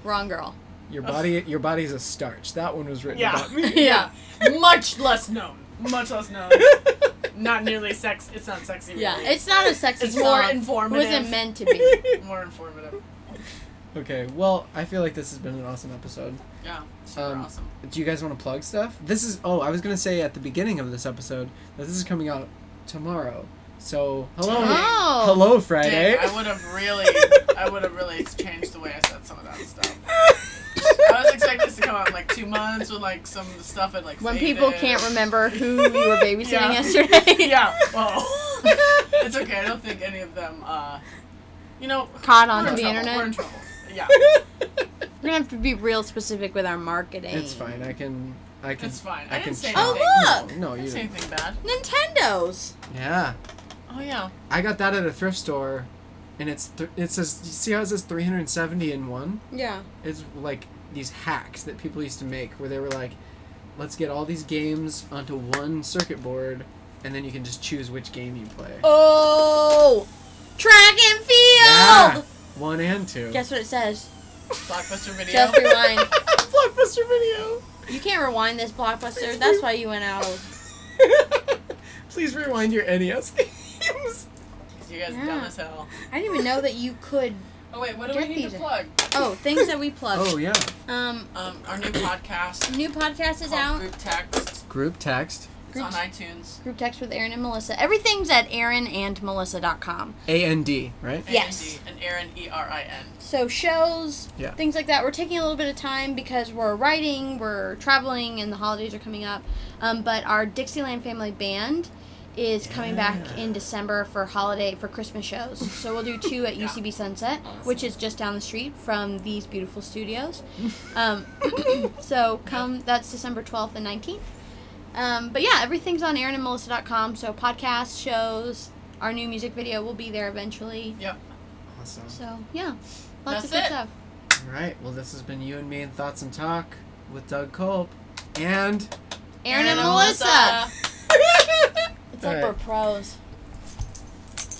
Wrong girl.
Your body, your body's a starch. That one was written
Yeah.
about me.
Yeah.
Much less known. Much less known. not nearly sex. It's not sexy.
Yeah.
Really.
It's not a sexy
It's
song.
more
It
informative.
wasn't meant to be.
more informative.
okay. Well, I feel like this has been an awesome episode.
Yeah. Super
Um,
awesome.
Do you guys want to plug stuff? This is. Oh, I was gonna say at the beginning of this episode that this is coming out tomorrow. So hello,
Dang.
Oh.
hello Friday.
Dang, I would have really, I would have really changed the way I said some of that stuff. I was expecting this to come out in like two months with like some stuff and like
When
faded.
people can't remember who you were babysitting
Yeah.
yesterday.
Yeah. Well, it's okay. I don't think any of them. uh You know,
Caught
we're
onto
in
the
trouble. We're in
internet.
trouble. Yeah,
We're gonna have to be real specific with our marketing.
It's fine. I can. I can.
it's fine.
I,
I,
can.
didn't say
try.
Oh,
anything.
look!
No, no,
I
you.
didn't say
Didn't.
anything bad.
Nintendo's.
Yeah,
Oh yeah.
I got that at a thrift store, and it's th- it says. You see how it says three hundred seventy in one?
Yeah.
It's like these hacks that people used to make where they were like, let's get all these games onto one circuit board, and then you can just choose which game you play.
Oh, track and
Yeah.
field.
One and two.
Oh, Guess what it says?
Blockbuster video.
Just rewind.
Blockbuster video.
You can't rewind this blockbuster. That's why you went out.
Please rewind your NES games.
you guys
Yeah.
dumb as hell.
I didn't even know that you could.
Oh wait, what do
Get
we need
these-
to plug?
Oh, things that we plugged.
Oh yeah.
Um,
Um, our new podcast
new podcast is
called
out.
Group Text.
Group text.
It's on
Groups-
iTunes.
Group text with Aaron and Melissa. Everything's at aaronandmelissa.com.
A and D, right?
Yes.
A-N-D, and Aaron E R I N.
So shows,
Yeah.
things like that. We're taking a little bit of time because we're writing, we're traveling, and the holidays are coming up. Um, but our Dixieland Family Band is coming back
Yeah.
in December for holiday for Christmas shows. So we'll do two at UCB Sunset, which is just down the street from these beautiful studios. Um, so come. That's December twelfth and nineteenth. Um, but yeah, everything's on aaronandmelissa.com. So podcasts, shows, our new music video will be there eventually.
Yep.
Awesome.
So yeah, lots
That's
of good
it.
stuff.
All right. Well, this has been you and me and thoughts and talk with Doug Culp and.
Aaron
Aaron and
and
Melissa.
Melissa.
It's
All
like
right.
we're pros.